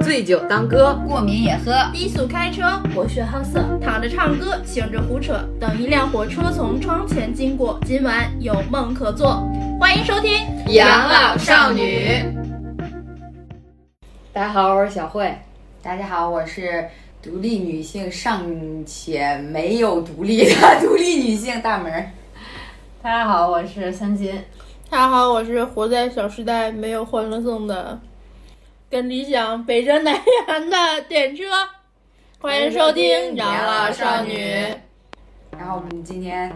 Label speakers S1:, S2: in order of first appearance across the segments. S1: 醉酒当歌，
S2: 过敏也喝。
S3: 低速开车，博学好色，躺着唱歌，醒着胡扯。等一辆火车从窗前经过，今晚有梦可做。欢迎收听《
S1: 养老少女》。大家好，我是小慧。
S2: 大家好，我是独立女性尚且没有独立的独立女性大门儿。
S4: 大家好，我是三金。
S3: 大家好，我是活在小时代没有欢乐颂的，跟理想北辙南辕的电车。欢迎收听《养老少女》。
S2: 然后我们今天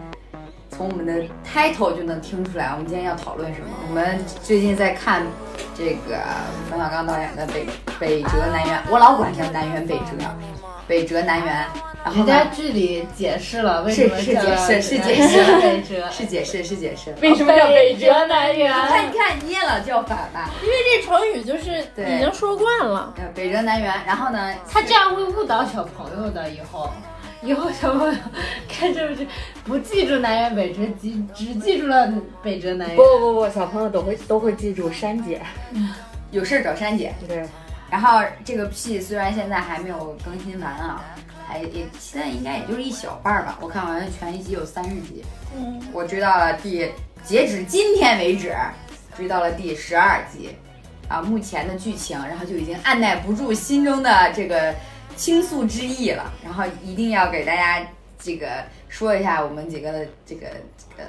S2: 从我们的 title 就能听出来，我们今天要讨论什么。我们最近在看这个冯小刚导演的《北北辙南辕》，我老管叫南辕北辙，北辙南辕。然后
S4: 人
S2: 呢
S4: 家这里解释了为
S2: 是
S4: 什么
S2: 是
S4: 叫
S2: 解释是解
S4: 南
S2: 释
S4: 北 辙，
S2: 是解释是解释，
S1: 为什么叫北辙
S4: 南
S2: 你看你
S4: 辕？
S2: 看你也老叫反吧？
S3: 因为这成语就是
S2: 对
S3: 已经说惯了，
S2: 呃，北辙南辕。然后呢，
S4: 他这样会误导小朋友的，以后。以后小朋友看这不是不记住南辕北辙，只只记住了北辙南
S1: 不
S4: 辕。
S1: 不不，小朋友都会都会记住珊姐。
S2: 有事儿找珊姐。
S1: 对，
S2: 然后这个 P 虽然现在还没有更新完啊，还也现在应该也就是一小半儿吧。我看完全一集有三十集，
S3: 嗯，
S2: 我追到了第截止今天为止，追到了第十二集啊，目前的剧情，然后就已经按耐不住心中的这个倾诉之意了，然后一定要给大家这个说一下我们几个的这个这个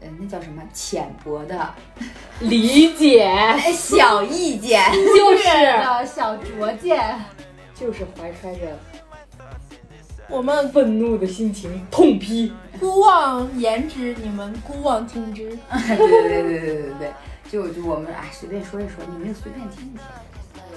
S2: 呃那叫什么浅薄的
S1: 理解
S2: 哎小意见。
S1: 就
S4: 月
S1: 是
S4: 的小拙见，
S1: 就是怀揣着
S3: 我们
S1: 愤怒的心情痛批。
S3: 姑妄言之，你们姑妄听之。
S2: 对对对对对对对，就就我们哎随便说一说，你们就随便听一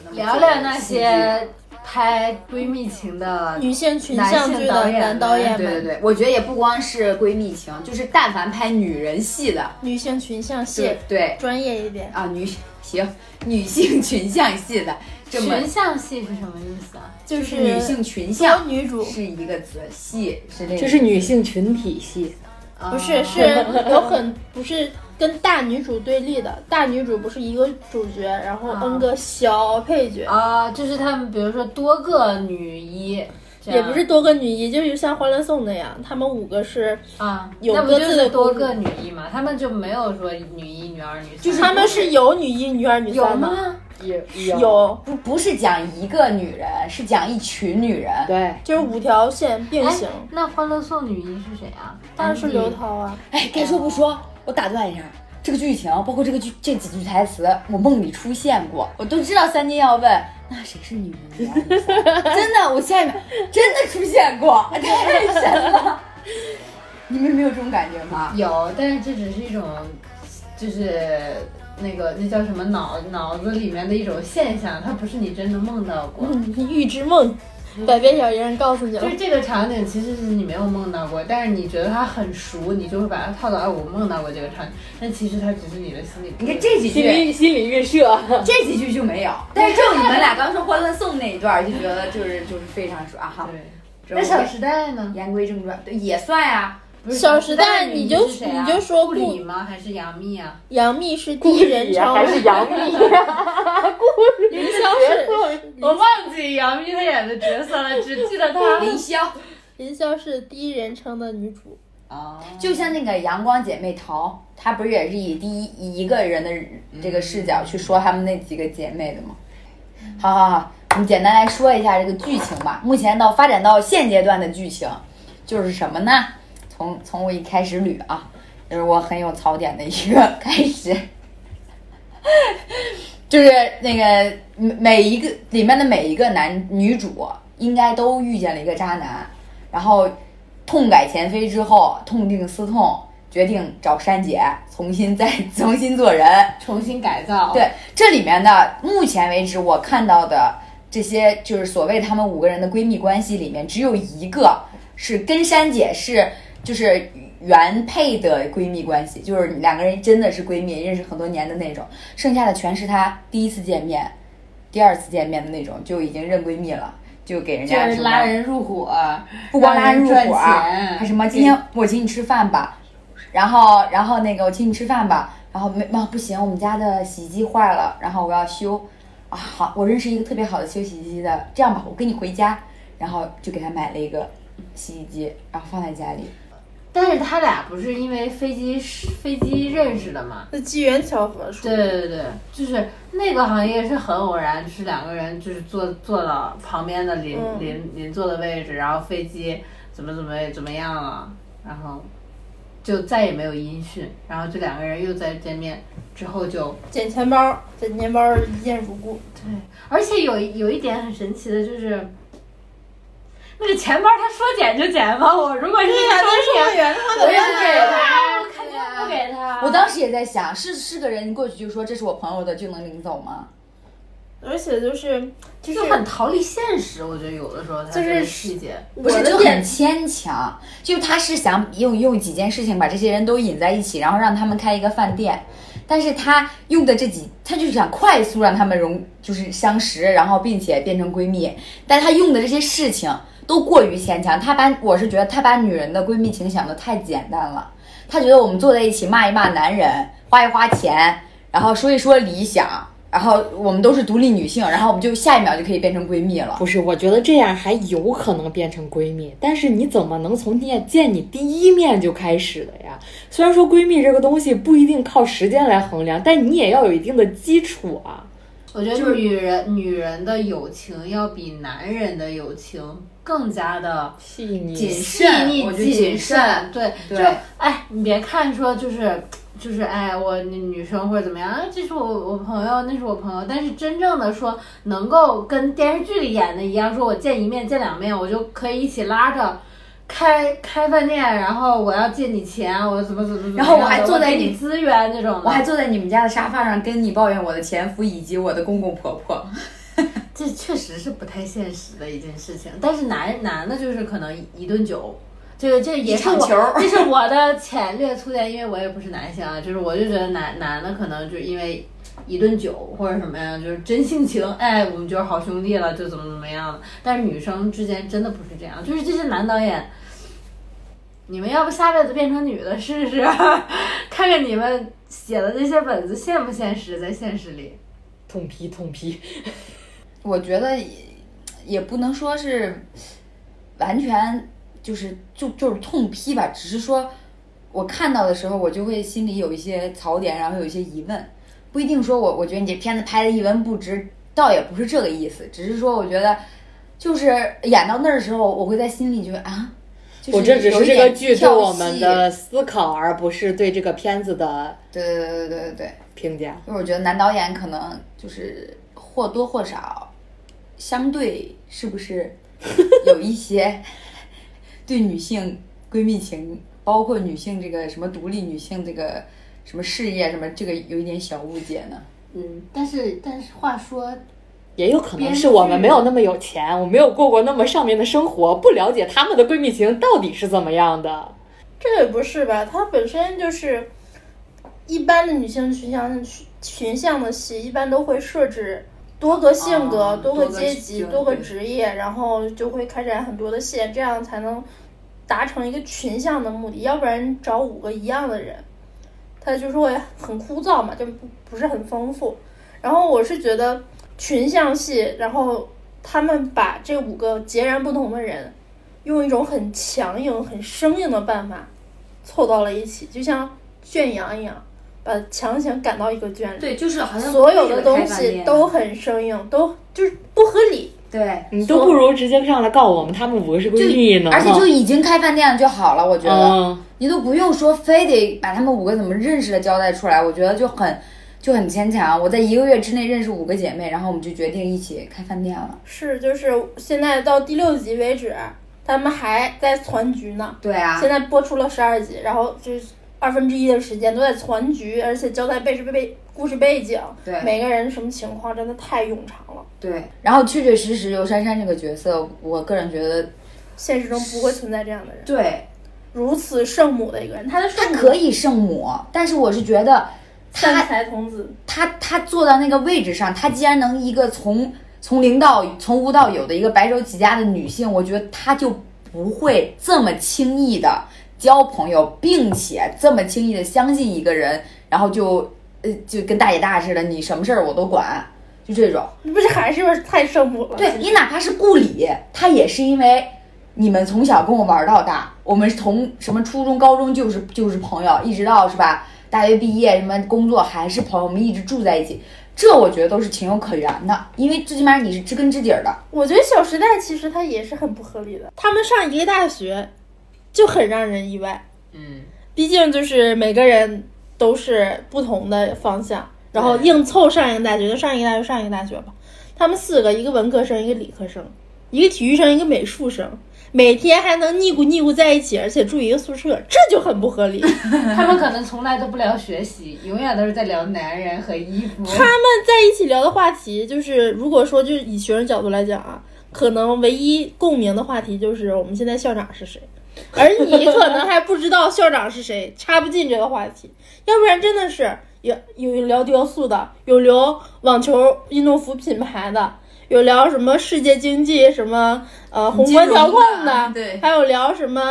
S2: 听，
S4: 聊聊那些拍闺蜜情的
S3: 女性群像剧的男导演
S2: 对对
S3: 们，
S2: 对，我觉得也不光是闺蜜情，就是但凡拍女人戏的，
S3: 女性群像戏
S2: 对对
S3: 专业一点，
S2: 啊女行女性群像戏的这么
S4: 群像戏是什么意思啊？
S3: 就
S2: 就是
S3: 是
S2: 女性群
S3: 小
S2: 像
S3: 女主，
S2: 是一个词，戏是这个，
S1: 这是女性群体戏，
S2: 啊
S3: 不是是有很 不是跟大女主对立的，大女主不是一个主角，然后
S4: 啊
S3: n 个小配角，
S4: 啊，就是他们比如说多个女一，这
S3: 也
S4: 样
S3: 不是多个女一，就是像《欢乐颂》那样，他们五个是，
S4: 啊，
S3: 有
S4: 那不
S3: 各
S4: 就
S3: 自
S4: 是
S3: 的
S4: 多
S3: 故事
S4: 个女一嘛？他们就没有说女一、女二、女三，
S3: 他们是有女一、女二、女
S4: 有
S3: 三的，
S4: 吗？
S1: 也
S3: 有，
S2: 不不是讲一个女人，是讲一群女人。
S1: 对，
S3: 就是五条线并行，
S4: 哎那《欢乐颂》女一是谁啊？
S3: 当然是刘涛啊，
S2: 哎，该说不说，我打断一下，这个剧情包括这个剧这几句台词，我梦里出现过，我都知道三金要问那谁是女人呢， 真的，我下一秒真的出现过，太神了！你们没有这种感觉吗？
S4: 有，但是这只是一种，就是那个那叫什么脑脑子里面的一种现象，它不是你真的梦到过。
S3: 嗯预知梦，百变小人告诉你
S4: 就
S3: 了
S4: 是。这个场景，其实是你没有梦到过，但是你觉得它很熟，你就会把它套到啊，我梦到过这个场景，但其实它只是你的心理。
S2: 你看这几
S1: 心
S2: 句，
S1: 理心理预设。
S2: 这几句就没有，但是就你们俩刚说《欢乐颂》那一段，就觉得就是就是非常爽哈。
S4: 对，
S2: 这
S4: 那《
S2: 种
S4: 小时代》呢？
S2: 言归正传，对，也算啊呀、
S4: 不是
S3: 小时代
S4: 小
S3: 你就是
S4: 谁啊
S3: 你就说
S4: 顾
S3: 顾
S4: 里吗？还是杨幂啊？
S3: 杨幂是第一人称，
S1: 啊还是杨幂？
S3: 凌霄是
S4: 我忘记杨幂她演的角色了，只记得她。
S2: 凌霄。
S3: 凌霄是第一人称的女主，
S2: 哦，就像那个《阳光姐妹淘》，她不是也是以第一以一个人的这个视角去说她们那几个姐妹的吗？好好好，我们简单来说一下这个剧情吧。目前到发展到现阶段的剧情，就是什么呢？从从我一开始捋啊，就是我很有槽点的一个开始， 就是那个每每一个里面的每一个男女主应该都遇见了一个渣男，然后痛改前非之后，痛定思痛，决定找珊姐重新再 重新做人。
S4: 重新改造。，
S2: 对，这里面的目前为止我看到的这些，就是所谓她们五个人的闺蜜关系里面，只有一个是跟珊姐是就是原配的闺蜜关系，就是两个人真的是闺蜜，认识很多年的那种，剩下的全是她第一次见面、第二次见面的那种，就已经认闺蜜了。就给人
S4: 就
S2: 家
S4: 是
S2: 什么
S4: 拉人入伙，
S2: 不光拉人入
S4: 让
S2: 伙儿
S4: 赚钱，
S2: 还什么今天我请你吃饭吧，然后然后那个我请你吃饭吧，然后没啊不行，我们家的洗衣机坏了，然后我要修，啊，好，我认识一个特别好的修洗衣机的，这样吧，我跟你回家，然后就给他买了一个洗衣机，然后放在家里。
S4: 但是他俩不是因为飞机飞机认识的嘛？
S3: 那机缘巧合说
S4: 对对对，就是那个行业是很偶然，是两个人就是坐坐到旁边的邻、
S3: 嗯
S4: 邻邻座的位置，然后飞机怎么怎么怎么样了，然后就再也没有音讯，然后这两个人又再见面之后就
S3: 捡钱包，捡钱包一见如故。
S4: 对，而且有有一点很神奇的就是。那个钱包，他说捡就捡吧。我如果是
S3: 对呀、
S4: 收
S3: 那售货
S4: 钱，
S3: 员他
S4: 我
S3: 怎
S4: 就
S3: 么
S4: 给他，我
S2: 对呀
S4: 肯定不给他。
S2: 我当时也在想，是是个人过去就说这是我朋友的，就能领走吗？
S3: 而且就是就
S4: 就是很逃离现实，我觉得有的时候它
S3: 就是
S4: 这个细节，
S2: 不
S3: 我
S2: 是，
S3: 的
S2: 就
S3: 点
S2: 很牵强。就他是想用用几件事情把这些人都引在一起，然后让他们开一个饭店。但是他用的这几，他就是想快速让他们融，就是相识，然后并且变成闺蜜。但他用的这些事情都过于牵强。他把我是觉得他把女人的闺蜜情想的太简单了。他觉得我们坐在一起骂一骂男人，花一花钱，然后说一说理想，然后我们都是独立女性，然后我们就下一秒就可以变成闺蜜了。
S1: 不是，我觉得这样还有可能变成闺蜜，但是你怎么能从见见你第一面就开始的呀？虽然说闺蜜这个东西不一定靠时间来衡量，但你也要有一定的基础啊。
S4: 我觉得女人女人的友情要比男人的友情更加的
S1: 细
S4: 谨
S1: 腻，
S4: 慎，
S2: 我觉得
S4: 谨
S2: 谨慎
S4: 对，
S2: 对
S4: 就哎，你别看说就是。就是哎，我女生或者怎么样啊？这是我我朋友，那是我朋友。但是真正的说，能够跟电视剧里演的一样，说我见一面见两面，我就可以一起拉着开开饭店，然后我要借你钱，我怎么怎么怎么样的，
S2: 然后我还坐在
S4: 给
S2: 你
S4: 你资源这种的。
S2: 我还坐在你们家的沙发上跟你抱怨我的前夫以及我的公公婆婆。
S4: 这确实是不太现实的一件事情，但是男男的就是可能一顿酒，这个这也是
S2: 一场球
S4: 我
S2: 儿，
S4: 这是我的浅略粗见，因为我也不是男性啊，就是我就觉得男男的可能就因为一顿酒或者什么呀，就是真性情，哎，我们就是好兄弟了，就怎么怎么样了。但是女生之间真的不是这样，就是这些男导演，你们要不下辈子变成女的试 试，看看你们写的这些本子现不现实，在现实里。
S1: 痛批痛批。
S2: 我觉得也也不能说是完全就是就就是痛批吧，只是说我看到的时候，我就会心里有一些槽点，然后有一些疑问，不一定说我我觉得你这片子拍的一文不值，倒也不是这个意思，只是说我觉得就是演到那儿的时候，我会在心里觉得啊。就
S1: 我这只
S2: 有
S1: 是
S2: 一
S1: 这个
S2: 点
S1: 剧对
S2: 跳
S1: 我们
S2: 戏
S1: 的思考，而不是对这个片子的
S2: 对对对对对对对，
S1: 评价。
S2: 就是我觉得男导演可能就是或多或少，相对是不 是有一些对女性闺蜜情，包括女性这个什么独立女性这个什么事业什么这个有一点小误解呢？
S4: 嗯，但是但是话说，
S1: 也有可能是我们没有那么有钱，我没有过过那么上面的生活，不了解她们的闺蜜情到底是怎么样的。
S3: 这也不是吧？它本身就是一般的女性群像群像的戏，一般都会设置多个性格、
S4: 啊
S3: 多
S4: 多
S3: 个
S4: 个
S3: 阶级、
S4: 性
S3: 多个
S4: 对
S3: 职业，然后就会开展很多的线，这样才能达成一个群像的目的。要不然找五个一样的人，它就是会很枯燥嘛，就不不是很丰富。然后我是觉得群像戏，然后他们把这五个截然不同的人，用一种很强硬、很生硬的办法凑到了一起，就像圈羊一样，把强行赶到一个圈里。
S4: 对，就是好像
S3: 所有的东西都很生硬，都就是不合理。
S2: 对，
S1: 你都不如直接上来告我们，她们五个是闺蜜呢。
S2: 而且就已经开饭店了就好了，我觉得。
S1: 嗯，
S2: 你都不用说非得把他们五个怎么认识的交代出来，我觉得就很就很牵强。我在一个月之内认识五个姐妹，然后我们就决定一起开饭店了。
S3: 是，就是现在到第六集为止，他们还在攒局呢。
S2: 对啊
S3: 现在播出了十二集，然后就是二分之一的时间都在攒局，而且交代背是背背故事背景，
S2: 对
S3: 每个人什么情况，真的太冗长了，
S2: 对，然后确确实实刘珊珊这个角色，我个人觉得
S3: 现实中不会存在这样的人，
S2: 对，
S3: 如此圣母的一个人，他的
S2: 她
S3: 圣母
S2: 可以圣母，但是我是觉得
S3: 三
S2: 她
S3: 才童子，
S2: 她她坐到那个位置上，她既然能一个从从零到从无到有的一个白手起家的女性，我觉得她就不会这么轻易的交朋友，并且这么轻易的相信一个人，然后就呃就跟大姐大似的，你什么事儿我都管。就这种。
S3: 你不是还是不是太圣母了？
S2: 对你哪怕是顾里，他也是因为你们从小跟我玩到大，我们从什么初中、高中就是就是朋友，一直到是吧？大学毕业什么工作还是朋友，我们一直住在一起，这我觉得都是情有可原的，因为最起码你是知根知底儿的。
S3: 我觉得《小时代》其实它也是很不合理的。他们上一个大学，就很让人意外。
S4: 嗯，
S3: 毕竟就是每个人都是不同的方向，然后
S4: 对
S3: 硬凑上一个大学就上一个大学上一个大学吧。他们四个，一个文科生，一个理科生，一个体育生，一个美术生，每天还能腻咕腻咕在一起，而且住一个宿舍，这就很不合理。
S4: 他们可能从来都不聊学习，永远都是在聊男人和衣服。
S3: 在一起聊的话题，就是如果说就是以学生角度来讲啊，可能唯一共鸣的话题就是我们现在校长是谁，而你可能还不知道校长是谁， 插不进这个话题，要不然真的是有有聊雕塑的，有聊网球运动服品牌的。有聊什么世界经济什么呃宏观调控的，
S2: 金融的对
S3: 还有聊什么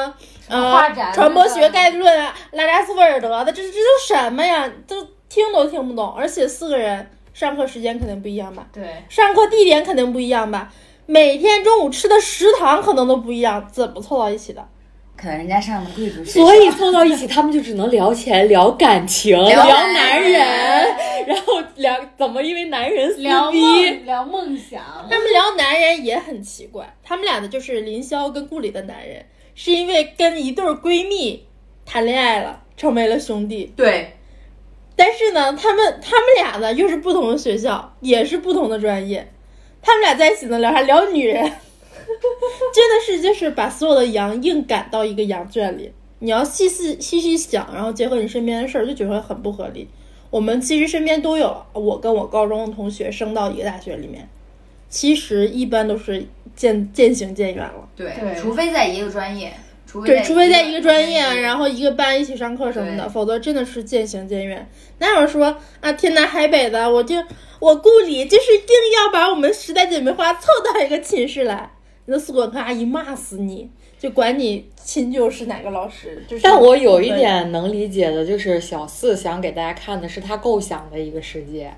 S4: 啊画
S3: 呃
S4: 展
S3: 传播学
S4: 的
S3: 概论啊，拉扎斯菲尔德的，这这都什么呀？都听都听不懂，而且四个人上课时间肯定不一样吧，
S4: 对，
S3: 上课地点肯定不一样吧，每天中午吃的食堂可能都不一样，怎么凑到一起的？
S2: 可能人家上的贵族学校，
S1: 所以凑到一起，他们就只能聊钱、聊感情、聊男
S2: 男
S1: 人，然后聊怎么因为男人撕
S4: 聊
S1: 逼。
S4: 梦聊梦想，
S3: 他们聊男人也很奇怪，他们俩的就是林霄跟顾里的男人，是因为跟一对儿闺蜜谈恋爱了，成为了兄弟。
S2: 对
S3: 但是呢，他们他们俩呢又是不同的学校，也是不同的专业，他们俩在一起能聊还聊女人，真的是就是把所有的羊硬赶到一个羊圈里。你要细细细细想，然后结合你身边的事儿，就觉得很不合理。我们其实身边都有，我跟我高中的同学升到一个大学里面，其实一般都是渐渐行渐远了。
S2: 对
S4: 对
S2: 除非在一个专业，除非
S3: 对，除非在一个专业，啊
S1: 嗯
S2: 专
S3: 然后一个班一起上课什么的，
S2: 对
S3: 否则真的是渐行渐远。哪有说啊天南海北的，我就我顾里就是硬要把我们时代姐妹花凑到一个寝室来，那宿管科阿姨骂死你，就管你亲舅是哪个老师。就是、
S1: 但我有一，点能理解的，就是小四想给大家看的是他构想的一个世界，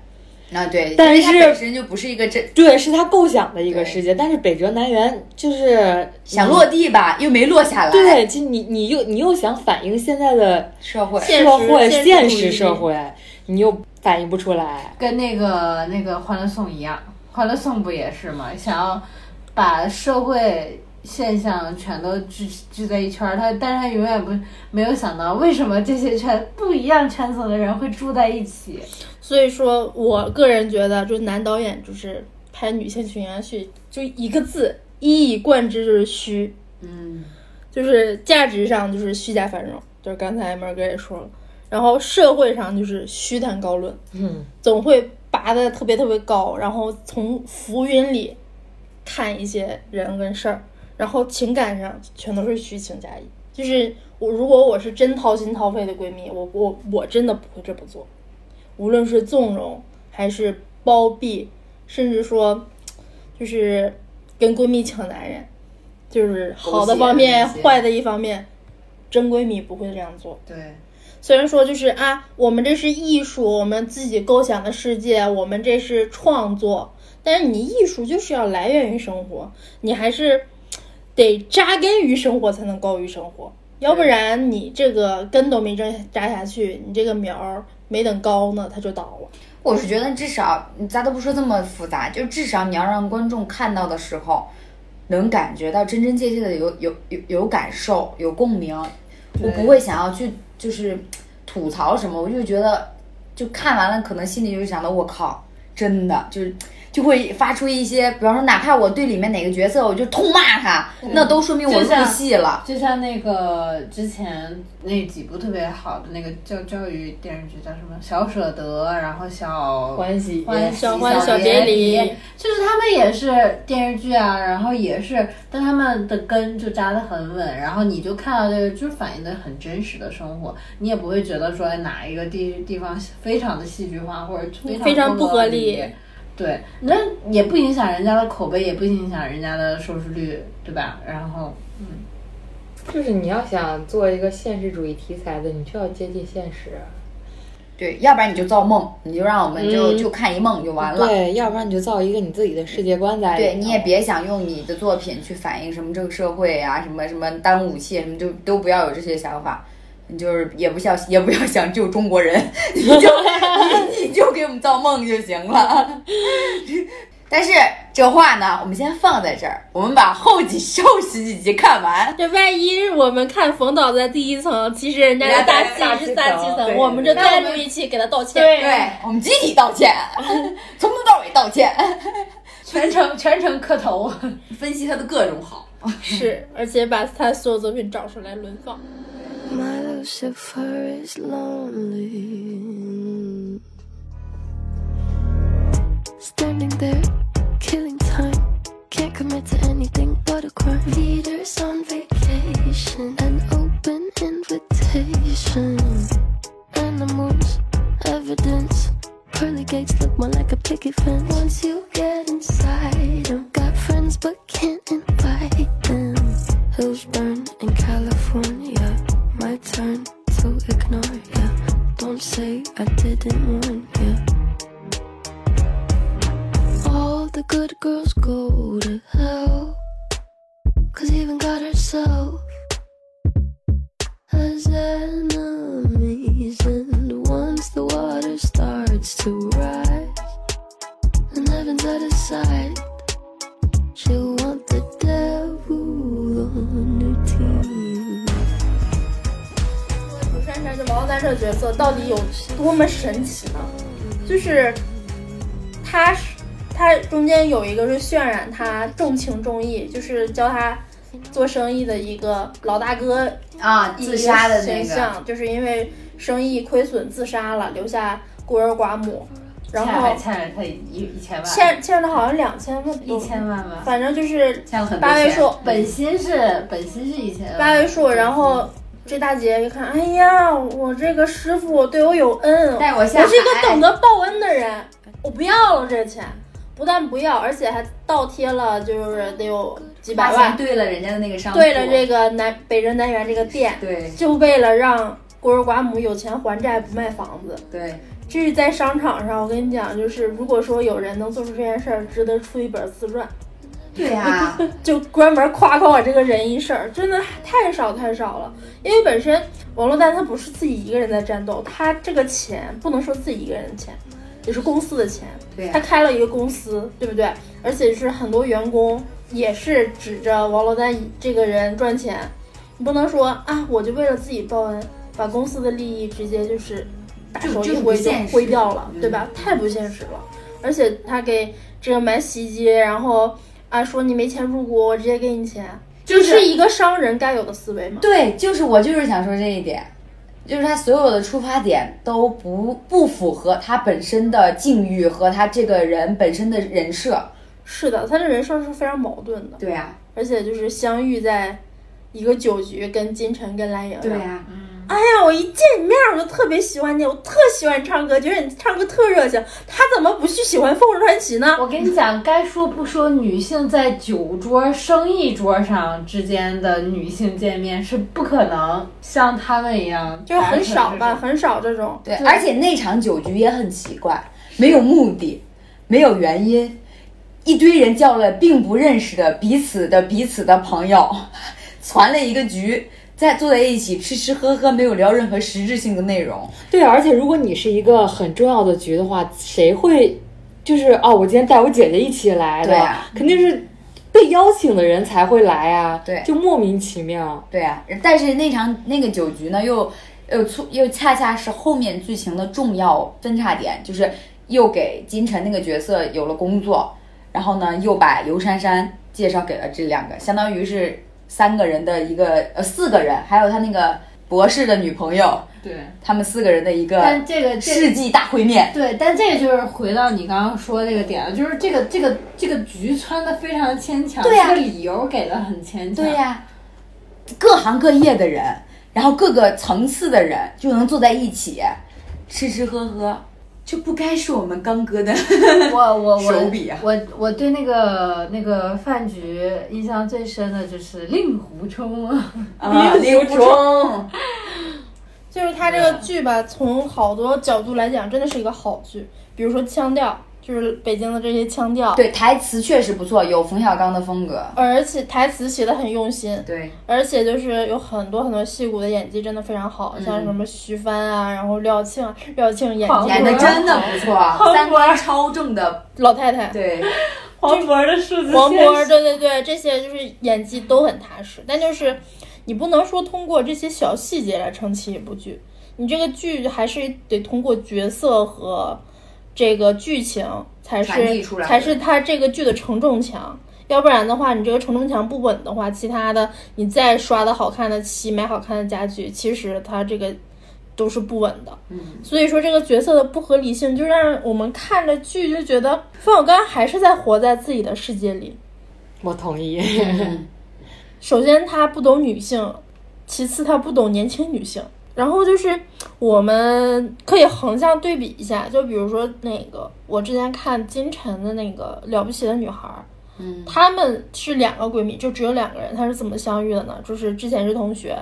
S2: 啊对，
S1: 但
S2: 因为它
S1: 是
S2: 本身就不是一个真
S1: 对，是他构想的一个
S2: 对
S1: 世界。但是北辙南辕就是
S2: 想落地吧，又没落下来，
S1: 对，就你你又你又想反映现在的
S2: 社会
S3: 现
S1: 社
S3: 实
S1: 会
S3: 现实
S1: 现
S3: 主
S1: 实
S3: 义
S1: 社会，你又反映不出来。
S4: 跟那个那个《欢乐颂》一样，《欢乐颂》不也是吗？想要把社会现象全都聚聚在一圈儿，他但是他永远不没有想到为什么这些圈不一样圈层的人会住在一起。
S3: 所以说我个人觉得，就是男导演就是拍女性群像剧，就一个字一以贯之就是虚。
S4: 嗯，
S3: 就是价值上就是虚假繁荣，就是刚才门哥也说了，然后社会上就是虚谈高论，
S1: 嗯，
S3: 总会拔得特别特别高，然后从浮云里看一些人跟事儿，然后情感上全都是虚情假意。就是我如果我是真掏心掏肺的闺蜜，我我我真的不会这么做，无论是纵容还是包庇，甚至说就是跟闺蜜抢男人，就是好的方面，
S4: 狗血那些
S3: 坏的一方面，真闺蜜不会这样做。
S4: 对，
S3: 虽然说就是啊，我们这是艺术，我们自己构想的世界，我们这是创作，但是你艺术就是要来源于生活，你还是得扎根于生活才能高于生活，要不然你这个根都没扎扎下去，你这个苗儿没等高呢，它就倒了。
S2: 我是觉得至少咱都不说这么复杂，就至少你要让观众看到的时候，能感觉到真真切切的有有有有感受，有共鸣。我不会想要去就是吐槽什么，我就觉得就看完了，可能心里就想到我靠，真的就是。就会发出一些，比方说，哪怕我对里面哪个角色，我就痛骂他，那都说明我
S4: 就像
S2: 入戏了。
S4: 就像那个之前那几部特别好的那个教教育电视剧叫什么《小舍得》，然后小
S1: 欢喜
S4: 欢喜
S3: 小欢
S4: 小
S3: 小
S4: 别
S3: 别离
S4: 就是他们也是电视剧啊，然后也是，但他们的根就扎得很稳，然后你就看到这个，就是反映的很真实的生活，你也不会觉得说哪一个地地方非常的戏剧化或者
S3: 非常
S4: 不
S3: 不合理
S4: 对，那也不影响人家的口碑，也不影响人家的收视率，对吧？然后，嗯，
S1: 就是你要想做一个现实主义题材的，你就要接近现实。
S2: 对，要不然你就造梦，你就让我们就、
S1: 嗯
S2: 就看一梦就完了。
S1: 对，要不然你就造一个你自己的世界观在里头。
S2: 对，
S4: 嗯
S2: 你也别想用你的作品去反映什么这个社会啊，什么什么当武器，什么就都不要有这些想法。你就是也不想，也不要想救中国人，你 就你你就给我们造梦就行了。 但是这话呢，我们先放在这儿，我们把后几后十几集看完。
S3: 这万一我们看冯导在第一层，其实人家
S2: 人家
S3: 大
S2: 在大
S3: 气
S2: 气
S3: 是大
S2: 层
S3: 气
S2: 对
S3: 层，我们这
S2: 对
S3: 单
S2: 对
S3: 独一期给他道歉。
S4: 对
S2: 对我们集体道 歉，从头到尾道歉，
S4: 全程全程磕头，分析他的各种好。
S3: 是，而且把他所有作品找出来轮放。
S5: My Lucifer is lonely. Standing there, killing time. Can't commit to anything but a crime. Leaders on vacation, an open invitation. Animals, evidence. Pearly gates look more like a picket fence. Once you get inside, I've got friends but can't invite them. Hills burn in California. My turn to ignore ya. Don't say I didn't warn ya. All the good girls go to hell. Cause even God herself has enemies. And once the water starts to rise, and heaven's out of sight. She'll want the devil on her team.
S3: 涂珊珊就毛丹这个角色到底有多么神奇呢？
S2: 嗯
S3: 就是他是他中间有一个是渲染他重情重义，就是教他做生意的一个老大哥
S2: 啊！
S3: 一
S2: 自杀的那
S3: 形
S2: 个，
S3: 象，就是因为生意亏损自杀了，留下孤儿寡母，然
S4: 欠了
S3: 后
S4: 欠了他一一千万，
S3: 欠欠了好像两千万多，
S4: 一千万吧，
S3: 反正就是
S4: 欠了很多
S3: 八位
S4: 钱
S3: 数嗯
S4: 本心是本心是一千万，
S3: 八位数，然后这大姐一看，哎呀，我这个师傅对我有恩，
S2: 带我下
S3: 我是一
S2: 海
S3: 个懂得报恩的人，我不要了这钱，不但不要，而且还倒贴了，就是得有几
S2: 把
S3: 百
S2: 钱
S4: 啊
S3: 万，
S2: 兑了人家的那个商
S3: 对了
S2: 铺
S3: 这个南北辰南园这个店，
S2: 对
S3: 就为了让孤儿寡母有钱还债不卖房子。
S2: 对，
S3: 这是在商场上，我跟你讲，就是如果说有人能做出这件事儿，值得出一本自传，
S2: 对呀、
S3: 就专门夸夸我这个人一事儿，真的太少太少了。因为本身王珞丹她不是自己一个人在战斗，她这个钱不能说自己一个人的钱，也是公司的钱。
S2: 对啊呀、
S3: 她开了一个公司，对不对？而且是很多员工也是指着王珞丹这个人赚钱，你不能说啊，我就为了自己报恩，把公司的利益直接就是大手
S2: 就就
S3: 一挥
S2: 不
S3: 就
S2: 现实
S3: 挥掉了，
S2: 嗯
S3: 对吧？太不现实了。而且他给这个买洗衣机，然后啊说你没钱入股，我直接给你钱，
S2: 就
S3: 这
S2: 是
S3: 是一个商人该有的思维嘛。
S2: 对，就是我就是想说这一点，就是他所有的出发点都不不符合他本身的境遇和他这个人本身的人设。
S3: 是的，他的人设是非常矛盾的，
S2: 对啊呀、
S3: 而且就是相遇在一个酒局，跟金晨跟蓝莹，
S2: 对啊呀、
S3: 哎呀，我一见你面我就特别喜欢你，我特喜欢你唱歌，觉得你唱歌特热情。他怎么不去喜欢凤凰传奇呢？
S2: 哦
S4: 我跟你讲，该说不说，女性在酒桌、生意桌上之间的女性见面是不可能像她们一样，
S3: 就是很少吧，
S4: 吧。
S3: 很少这种。
S2: 对，而且那场酒局也很奇怪，没有目的，没有原因，一堆人叫了并不认识的彼此的彼此的朋友， 攒了一个局。在坐在一起吃吃喝喝，没有聊任何实质性的内容。
S1: 对，啊而且如果你是一个很重要的局的话，谁会就是哦，我今天带我姐姐一起来的，
S2: 对啊
S1: 肯定是被邀请的人才会来啊，
S2: 对
S1: 就莫名其妙。
S2: 对啊，但是那场那个酒局呢，又又促又恰恰是后面剧情的重要分叉点，就是又给金晨那个角色有了工作，然后呢，又把尤珊珊介绍给了这两个，相当于是三个人的一个呃四个人，还有他那个博士的女朋友，
S4: 对，
S2: 他们四个人的一个
S4: 但这个这
S2: 世纪大会面。
S4: 对，但这个就是回到你刚刚说这个点了，就是这个这个这个局穿的非常牵强，
S2: 对呀
S4: 这个理由给的很牵强，
S2: 对呀、各行各业的人，然后各个层次的人就能坐在一起，吃吃喝喝，这不该是我们刚 哥的。
S4: 我我我
S2: 手笔啊
S4: 我我对那个那个饭局印象
S2: 啊
S4: 最深的就是令狐冲，
S2: 啊，令狐冲，
S3: 就是它这个剧吧，从好多角度来讲，真的是一个好剧。比如说腔调，就是北京的这些腔调，
S2: 对，台词确实不错，有冯小刚的风格。
S3: 而且台词写的很用心，
S4: 对，
S3: 而且就是有很多很多戏骨的演技真的非常好，像什么徐帆啊，然后廖庆，廖庆演
S1: 黄
S3: 技
S2: 演的
S3: 好
S2: 真的不错，三观超正的，
S3: 老太太，
S2: 对，
S1: 黄渤的数字
S3: 黄渤，对对对，这些就是演技都很踏实，但就是你不能说通过这些小细节来撑起一部剧，你这个剧还是得通过角色和这个剧情才
S2: 传递
S3: 是
S2: 出来
S3: 才是它这个剧的承重墙。要不然的话，你这个承重墙不稳的话，其他的你再刷的好看的戏，买好看的家具，其实它这个都是不稳的。嗯，所以说这个角色的不合理性，就让我们看着剧就觉得冯小刚还是在活在自己的世界里。
S1: 我同意。
S3: 首先他不懂女性，其次他不懂年轻女性。然后就是我们可以横向对比一下，就比如说那个我之前看金晨的那个《了不起的女孩》，
S2: 嗯，
S3: 她们是两个闺蜜，就只有两个人，她是怎么相遇的呢？就是之前是同学，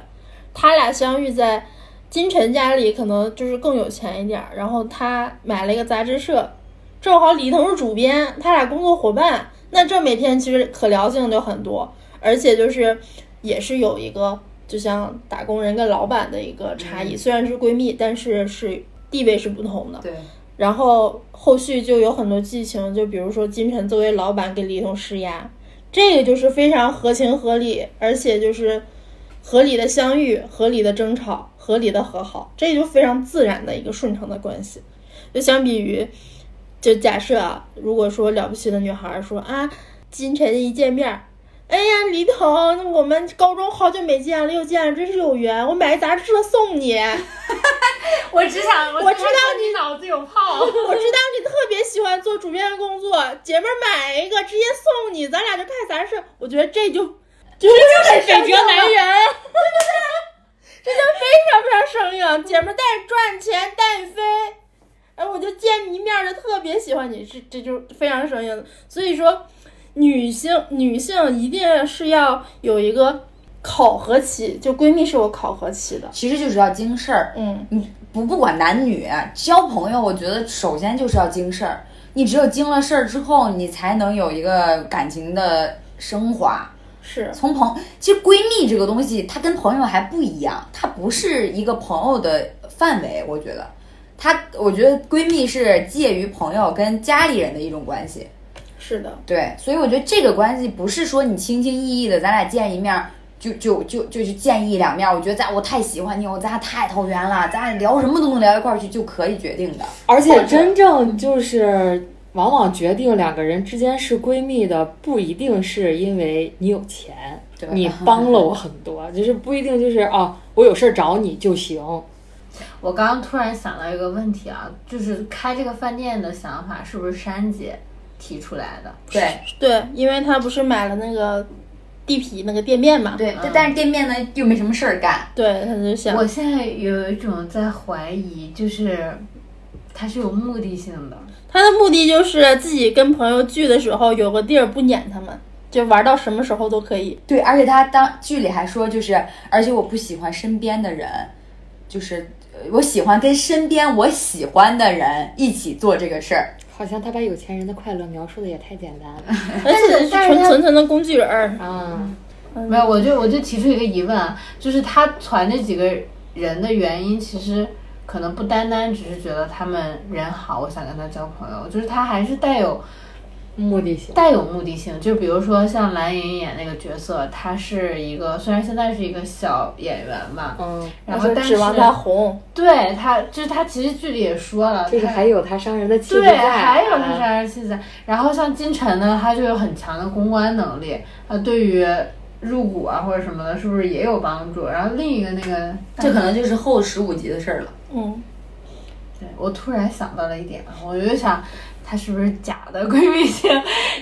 S3: 她俩相遇在金晨家里，可能就是更有钱一点儿，然后她买了一个杂志社，正好李彤是主编，他俩工作伙伴，那这每天其实可聊性就很多，而且就是也是有一个就像打工人跟老板的一个差异，虽然是闺蜜，但是是地位是不同的。
S4: 对，
S3: 然后后续就有很多剧情，就比如说金晨作为老板给李彤施压，这个就是非常合情合理，而且就是合理的相遇、合理的争吵、合理的和好，这就非常自然的一个顺承的关系。就相比于，就假设啊，如果说了不起的女孩说啊，金晨一见面儿，哎呀，李彤，我们高中好久没见了，又见了，真是有缘，我买个杂志社送你。
S4: 我只想，我
S3: 我知道
S4: 你脑子有泡。
S3: 我知道你特别喜欢做主编的工作，姐妹儿买一个直接送你，咱俩就看杂志。我觉得这就就是就是
S1: 北辙南
S3: 人，这就非常非常生硬。姐妹儿带你赚钱，带你飞，哎，我就见你一面儿就特别喜欢你，这这就是非常生硬的。所以说，女性女性一定是要有一个考核期，就闺蜜是有考核期的。
S2: 其实就是要经事儿，
S3: 嗯，
S2: 你不不管男女交朋友，我觉得首先就是要经事儿。你只有经了事儿之后，你才能有一个感情的升华。
S3: 是
S2: 从朋，其实闺蜜这个东西，它跟朋友还不一样，它不是一个朋友的范围。我觉得，它我觉得闺蜜是介于朋友跟家里人的一种关系。
S3: 是的，
S2: 对，所以我觉得这个关系不是说你轻轻易易的，咱俩见一面儿就就就就去见一两面儿。我觉得咱我太喜欢你，我咱俩太投缘了，咱俩聊什么都能聊一块儿去，就可以决定的。
S1: 而且真正就是，往往决定两个人之间是闺蜜的，不一定是因为你有钱
S2: 对，
S1: 你帮了我很多， 就是不一定就是啊，我有事儿找你就行。
S4: 我刚刚突然想到一个问题啊，就是开这个饭店的想法是不是珊姐提出来的？
S2: 对
S3: 对，因为她不是买了那个地皮那个店面嘛，
S2: 对，但但是店面呢又没什么事儿干，
S3: 对，他就想
S4: 我现在有一种在怀疑，就是它是有目的性的。
S3: 他的目的就是自己跟朋友聚的时候有个地儿不撵他们，就玩到什么时候都可以。
S2: 对，而且他当剧里还说，就是而且我不喜欢身边的人，就是呃我喜欢跟身边我喜欢的人一起做这个事儿。
S1: 好像他把有钱人的快乐描述的也太简单了
S3: 而且是
S4: 嗯但是
S3: 纯
S4: 他
S3: 纯纯的工具人儿，
S1: 啊！
S4: 没有，我就我就提出一个疑问啊，就是他传这几个人的原因，其实可能不单单只是觉得他们人好，我想跟他交朋友，就是他还是带有
S1: 目的性，
S4: 带有目的性。就比如说像蓝莹演那个角色，她是一个虽然现在是一个小演员吧，
S1: 嗯，
S4: 然
S3: 就
S4: 哦后但
S3: 指
S4: 是
S3: 望他红。
S4: 对她就是她其实剧里也说了，
S1: 就是
S4: 她
S1: 还有他商人的气质
S4: 对，
S1: 在，啊
S4: 还有他是二十七岁。然后像金晨呢，他就有很强的公关能力，他对于入股啊或者什么的，是不是也有帮助？然后另一个那个，
S2: 这可能就是后十五集的事儿了。
S3: 嗯，
S4: 对我突然想到了一点，我就想。她是不是假的闺蜜性？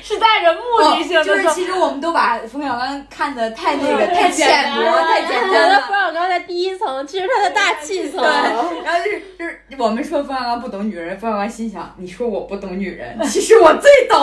S4: 是带着目的性的、
S2: 哦就是其实我们都把冯小刚看得太那 个太浅薄太简单
S3: 他冯
S2: 了。
S3: 小刚在第一层，其实他在大气层。
S2: 对，然后就是就是我们说冯小刚不懂 女人，冯小刚心想：你说我不懂女人，其实我最懂。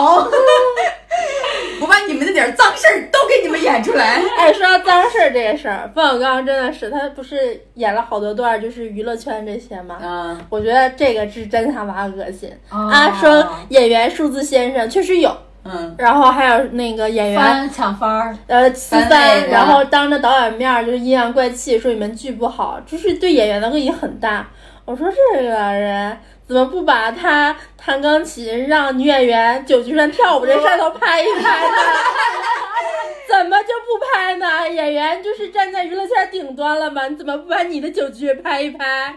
S2: 我把你们的点儿脏事儿都给你们演出来。
S3: 哎，说到脏事儿这个事儿，冯小刚真的是，他不是演了好多段儿就是娱乐圈这些吗？
S4: 嗯，
S3: 我觉得这个是真他妈恶心。
S4: 啊
S3: 啊，说演员数字先生确实有，
S4: 嗯，
S3: 然后还有那个演员
S4: 翻抢翻儿，
S3: 呃四
S2: 翻类
S3: 三，
S2: 的
S3: 然后当着导演面儿就是阴阳怪气，说你们剧不好，就是对演员的恶意很大。我说这个人怎么不把他弹钢琴让女演员九局山跳舞这事儿都拍一拍 呢？怎么就不拍呢？演员就是站在娱乐圈顶端了嘛，你怎么不把你的酒局也拍一拍？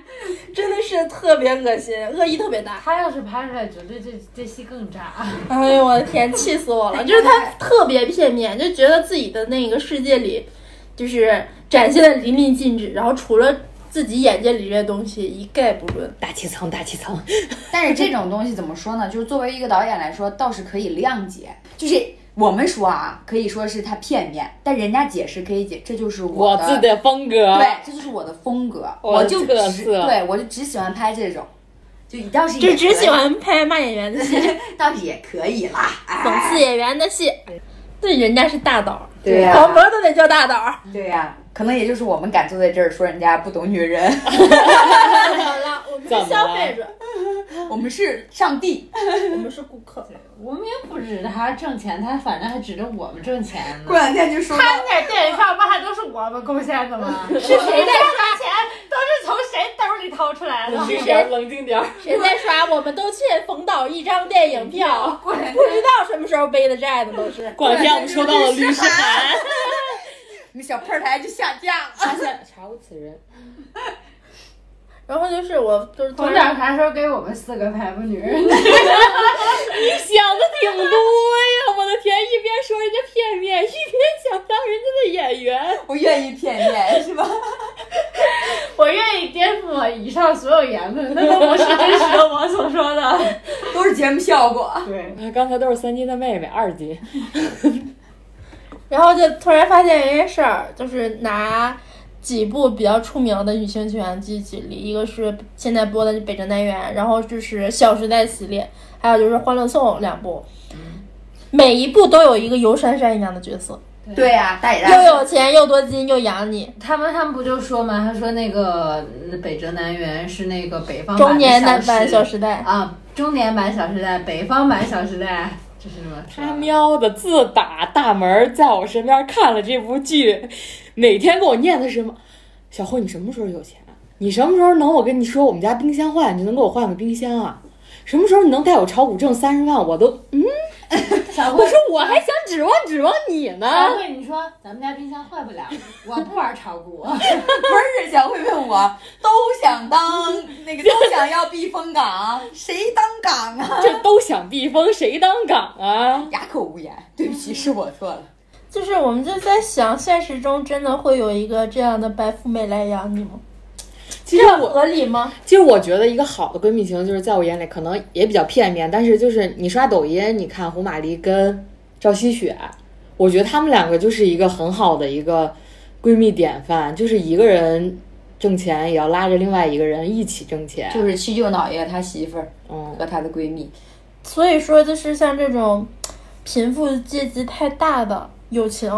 S3: 真的是特别恶心，恶意特别大。
S4: 他要是拍出来，绝对这这戏更炸。
S3: 哎呦我的天，气死
S1: 哎
S3: 我了！就是他特别片面，就觉得自己的那个世界里，就是展现的淋漓尽致，然后除了自己眼界里这些东西一概不论。
S1: 大气层，大气层，
S2: 但是这种东西怎么说呢？就是作为一个导演来说，倒是可以谅解。就是我们说啊，可以说是他片面，但人家解释可以解，这就是
S1: 我
S2: 的。
S1: 自己的风格。
S2: 对，这就是我的风格，
S1: 我的
S2: 就
S1: 特
S2: 只
S1: 色
S2: 对我就只喜欢拍这种，就倒
S1: 哎
S2: 是
S3: 就
S2: 也
S3: 只
S2: 可以
S3: 喜，欢拍骂演员的戏，
S2: 倒是也可以啦。
S3: 讽刺演员的戏。
S1: 哎
S3: 对，人家是大导，
S2: 对呀、
S3: 黄渤都得叫大导。
S2: 对呀、可能也就是我们敢坐在这儿说人家不懂女人，
S3: 怎么了？我们
S1: 怎么了
S3: 是消费者，
S2: 我们是上帝，
S3: 我们是顾客。
S4: 我们也不指着他挣钱，他反正还指着我们挣钱呢
S2: 过。两天就说
S4: 他那点电影票不还都是我们贡献的吗？ 是
S3: 是谁在
S4: 的钱都是从谁兜里掏出来的？
S1: 是谁？冷静点儿。
S3: 谁在刷？我们都欠冯导一张电影 票，不知道什么时候背的债呢，都是。
S1: 过两天我们收到了律师函，
S2: 你小破台就下架了。
S1: 发现查无此人。
S3: 然后就是我就是
S4: 冯导啥时候给我们四个拍吧女人？
S1: 你想的挺多呀，我的天！一边说人家片面，一边想当人家的演员。
S2: 我愿意片面是吧？
S4: 我愿意颠覆我以上所有言论，那 都不是真实的我所说的。
S2: 都是节目效果。
S4: 对，
S1: 啊刚才都是三金的妹妹，二金。
S3: 然后就突然发现一件事儿，就是拿几部比较出名的女性取样机举例，一个是现在播的《北辙南辕》，然后就是《小时代》系列，还有就是《欢乐颂》两部。嗯每一部都有一个游珊珊一样的角色，
S2: 对呀、大爷大
S3: 又有钱又多金又养你，
S4: 他们他们不就说嘛，他说那个嗯北辙南辕是那个北方版的
S3: 中年男版《嗯小
S4: 小
S3: 时代》
S4: 啊，中年版小时代，北方版小时代，这是什么？
S1: 他喵的，自打大门在我身边看了这部剧，每天跟我念的是什么？小慧，你什么时候有钱啊？你什么时候能我跟你说我们家冰箱坏，你就能给我换个冰箱啊？什么时候你能带我炒股挣三十万？我都，嗯，
S4: 小
S1: 我
S4: 慧
S1: 说我还想指望指望你
S4: 小
S1: 呢。
S4: 慧，你说咱们家冰箱坏不了，我不玩炒股，
S2: 不是小慧问我，都想当 那个，都想要避风港，谁当港啊？
S1: 这都想避风，谁当岗啊？
S2: 哑口无言，对不起，是我错了。
S3: 就是我们就在想，现实中真的会有一个这样的白富美来养你吗？
S1: 其实
S3: 这
S1: 我
S3: 合理吗？
S1: 其实我觉得一个好的闺蜜情，就是在我眼里可能也比较片面，但是就是你刷抖音，你看胡玛丽跟赵希雪，我觉得她们两个就是一个很好的一个闺蜜典范，就是一个人挣钱也要拉着另外一个人一起挣钱。
S2: 就是七舅姥爷他媳妇儿
S1: 嗯，
S2: 和他的闺蜜，
S3: 所以说，就是像这种贫富阶级太大的友情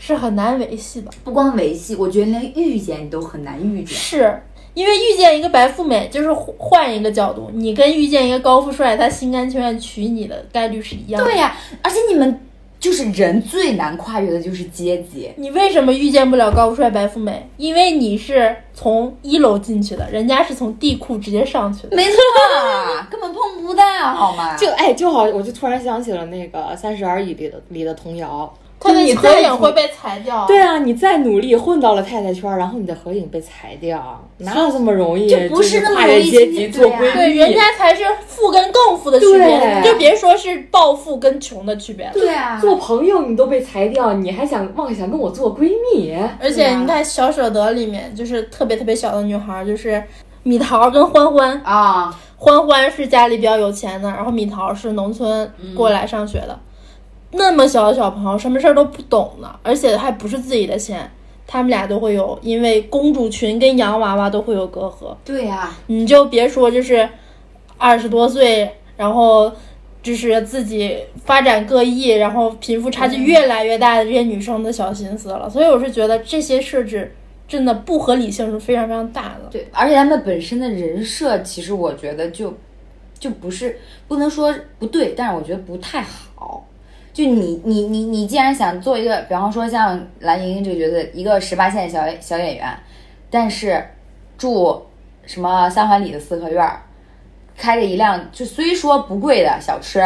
S3: 是很难维系的，
S2: 不光维系，我觉得连遇见都很难遇见。
S3: 是因为遇见一个白富美，就是换换一个角度，你跟遇见一个高富帅，他心甘情愿娶你的概率是一样的。
S2: 对呀、而且你们就是人最难跨越的就是阶级，
S3: 你为什么遇见不了高富帅白富美？因为你是从一楼进去的，人家是从地库直接上去的。
S2: 没错，根本碰不到，好吗？
S1: 就哎，就好，我就突然想起了那个《三十而已》里的里的童谣。
S3: 他的
S1: 你
S3: 合
S1: 在
S3: 影会被裁掉。
S1: 对啊，你再努力混到了太太圈儿，然后你的合影被裁掉，哪有这么容易？
S2: 就不是那么
S1: 跨越
S2: 容易
S1: 阶
S2: 进
S1: 级
S2: 去
S1: 做
S2: 对啊
S1: 闺蜜，
S3: 对，人家才是富跟更富的区别，
S1: 对
S3: 你就别说是暴富跟穷的区别了。
S2: 对啊，
S1: 做朋友你都被裁掉，你还想妄想跟我做闺蜜？
S3: 而且你看《小舍得》里面，就是特别特别小的女孩儿，就是米桃跟欢欢，
S2: 啊，
S3: 欢欢是家里比较有钱的，然后米桃是农村过来上学的，那么小的小朋友，什么事儿都不懂呢，而且还不是自己的钱。他们俩都会有，因为公主裙跟洋娃娃都会有隔阂，
S4: 啊
S2: 对呀、
S3: 你就别说就是二十多岁，然后
S6: 就是自己发展各异，然后贫富差距
S3: 嗯
S6: 越来越大的这些女生的小心思了。所以我是觉得这些设置真的不合理性是非常非常大的。
S2: 对，而且他们本身的人设，其实我觉得就就不是不能说不对，但是我觉得不太好。就你你你你既然想做一个，比方说像蓝盈莹这个角色，一个十八线小小演员，但是住什么三环里的四合院儿，开着一辆就虽说不贵的小车，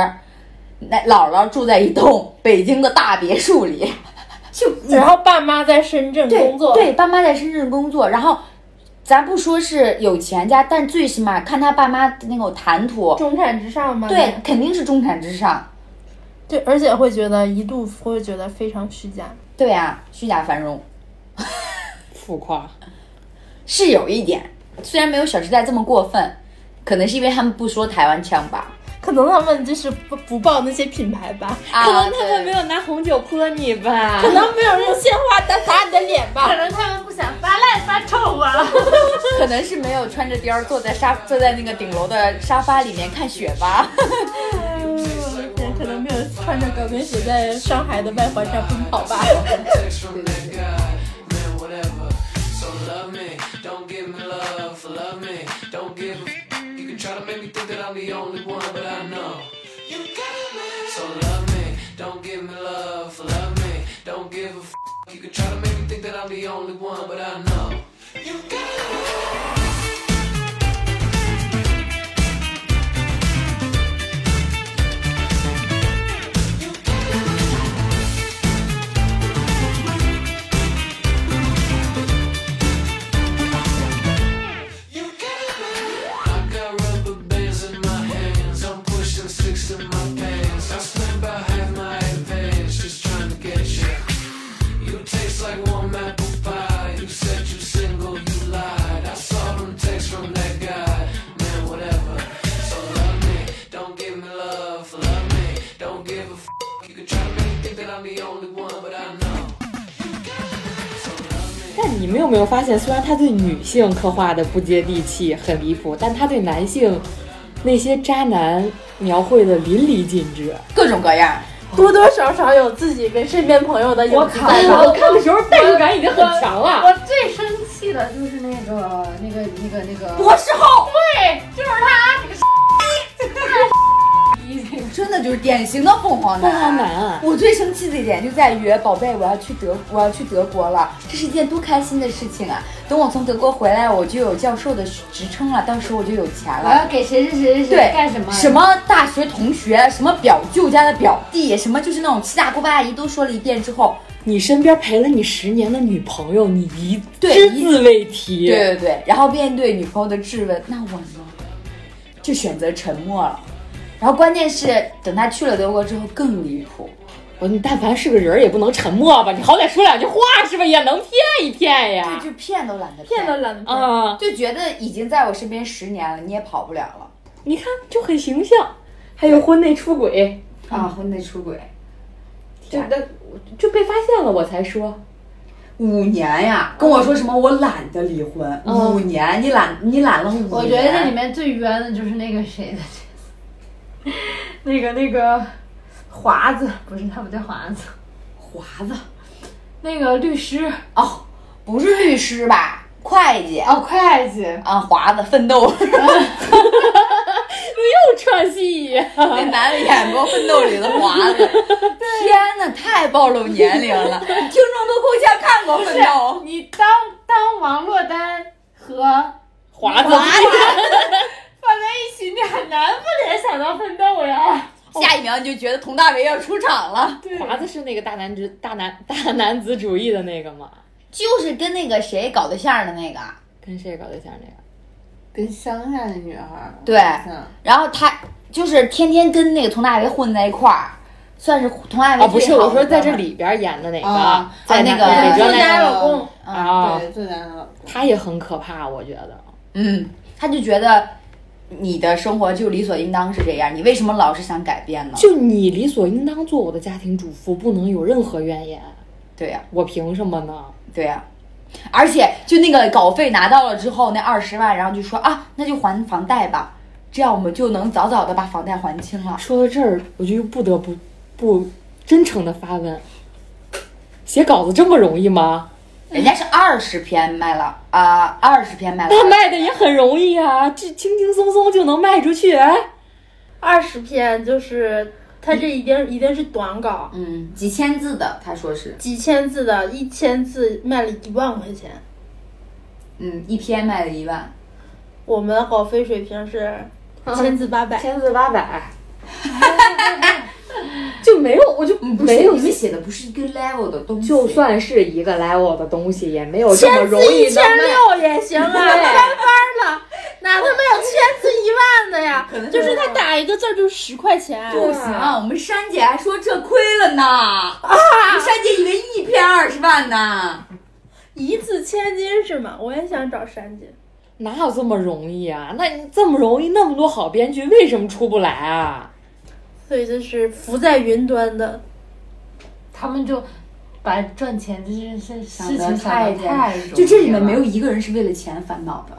S2: 那姥姥住在一栋北京的大别墅里， 就
S6: 然后爸妈在深圳
S2: 对
S6: 工作，
S2: 对，爸妈在深圳工作，然后咱不说是有钱家，但最起码看他爸妈的那种谈吐，
S3: 中产之上嘛，
S2: 对，肯定是中产之上。
S6: 对，而且会觉得一度会觉得非常虚假。
S2: 对呀、虚假繁荣
S1: 浮夸。
S2: 是有一点，虽然没有《小时代》这么过分，可能是因为他们不说台湾腔吧。
S6: 可能他们就是不不报那些品牌吧，
S2: 啊，
S1: 可能他们没
S2: 对
S1: 有拿红酒泼你吧？
S6: 可能没有用鲜花打打你的脸吧
S4: 可。能他们不想发烂发臭啊吧。
S2: 可能是没有穿着貂儿坐在沙坐在那个顶楼的沙发里面看雪吧。
S3: 嗯
S6: 对，可能没有穿着高跟鞋在上海的外环上奔跑吧。
S7: text from that guy, man, whatever. So love me, don't give me love, love me, don't give a f- You can try to make me think that I'm the only one, but I know. You got me. So love me, don't give me love, love me, don't give a f- You can try to make me think that I'm the only one, but I know. You got me.
S1: 但你们有没有发现，虽然他对女性刻画的不接地气、很离谱，但他对男性那些渣男描绘的淋漓尽致。
S2: 各种各样，
S6: 多多少少有 自己跟身边朋友的影子在吧。
S1: 我看的时候代入感已经很强了。
S4: 我最生气的就是那个那个那个那个，
S2: 博士后
S4: 对，就是他那个
S2: 真的就是典型的凤凰
S1: 凤
S2: 男。
S1: 凰男啊，
S2: 我最生气的一点就在于，宝贝，我要去德，我要去德国了，这是一件多开心的事情啊！等我从德国回来，我就有教授的职称了，到时候我就有钱
S4: 我
S2: 了。
S4: 要呃给谁谁谁谁
S2: 对
S4: 谁，啊干什么？啊
S2: 什么大学同学，什么表舅家的表弟，什么就是那种七大姑八大姨都说了一遍之后，
S1: 你身边陪了你十年的女朋友，你一
S2: 对
S1: 只
S2: 一
S1: 字未提。
S2: 对对对，然后面对女朋友的质问，那我呢，就选择沉默了。然后关键是，等他去了德国之后更离谱，
S1: 我说你但凡是个人儿也不能沉默吧？你好歹说两句话是吧？也能骗一骗
S2: 对，
S1: 呀。
S2: 就骗都懒得
S6: 骗都懒得骗。
S1: 啊、
S2: 就觉得已经在我身边十年了，你也跑不了了。
S1: 你看就很形象。还有婚内出轨，
S2: 啊，婚内出轨
S1: 就那就被发现了，我才说。
S2: 五年呀，跟我说什么我懒得离婚，
S1: 嗯
S2: 五年你懒你懒了五年，
S4: 我觉得这里面最冤的就是那个谁的角色，那个那个华子，不是他不叫华子，
S2: 华子
S4: 那个律师
S2: 哦，不是律师吧，会计
S4: 哦，会计，
S2: 啊，华子奋 斗，
S1: 又串戏呀、
S2: 那男的演过《奋斗》里的华 子，天哪，太暴露年龄 了，听众都互相看过《奋斗》，
S4: 你当当王珞丹和
S1: 华子
S4: 放在一起，你很难不联想到奋斗呀。
S2: 下一秒你就觉得佟大为要出场了，
S1: 华子是那个大男子大男大男子主义的那个吗？
S2: 就是跟那个谁搞对象的那个，
S1: 跟谁搞对象那个？
S4: 跟乡下的女孩，
S2: 对，然后他就是天天跟那个佟大为混在一块儿，算是佟大为
S1: 哦，不是，
S2: 最好的
S1: 我说在这里边演的哪个，
S4: 啊
S1: 在
S2: 那
S1: 哪
S2: 个
S1: 哪
S3: 作
S1: 哦个
S3: 家
S1: 那
S3: 老公，
S2: 哥们儿，
S1: 啊，
S4: 对，最难了。
S1: 他也很可怕，我觉得。
S2: 嗯，他就觉得你的生活就理所应当是这样，你为什么老是想改变呢？
S1: 就你理所应当做我的家庭主妇，不能有任何怨言，
S2: 对呀、
S1: 我凭什么呢？
S2: 对呀、而且就那个稿费拿到了之后，那二十万，然后就说啊，那就还房贷吧。这样我们就能早早的把房贷还清了。
S1: 说到这儿，我就又不得不不真诚的发问：写稿子这么容易吗？
S2: 人家是二十篇卖了啊，二、十篇卖了。
S1: 但卖的也很容易啊，这轻轻松松就能卖出去。哎
S3: 二十篇就是它这一定一定是短稿，
S2: 嗯，几千字的，他说是，
S3: 几千字的，一千字卖了一万块钱。
S2: 嗯，一篇卖了一万，
S3: 我们的稿费水平是
S6: 嗯
S3: 千字八百，
S1: 千字八百，就没有，我就
S2: 嗯，不
S1: 没有
S2: 是，你们写的不是一个 level 的东西。
S1: 就算是一个 level 的东西，也没有这么容易
S3: 一
S1: 的
S3: 千
S1: 卖。
S3: 六也行 啊，翻番了，哪他妈有千字一万的 呀？
S2: 可能
S6: 就是啊他打一个字儿就十块钱，
S2: 不行，啊我们珊姐还说这亏了呢。啊，珊姐以为一篇二十万呢。
S3: 一字千金是吗？我也想找山姐。
S1: 哪有这么容易啊？那你这么容易，那么多好编剧，为什么出不来啊？
S3: 所以就是浮在云端的，
S4: 他们就把赚钱这件事事
S2: 事情
S4: 情
S2: 太
S4: 简单
S2: 简，就这里面没有一个人是为了钱烦恼的。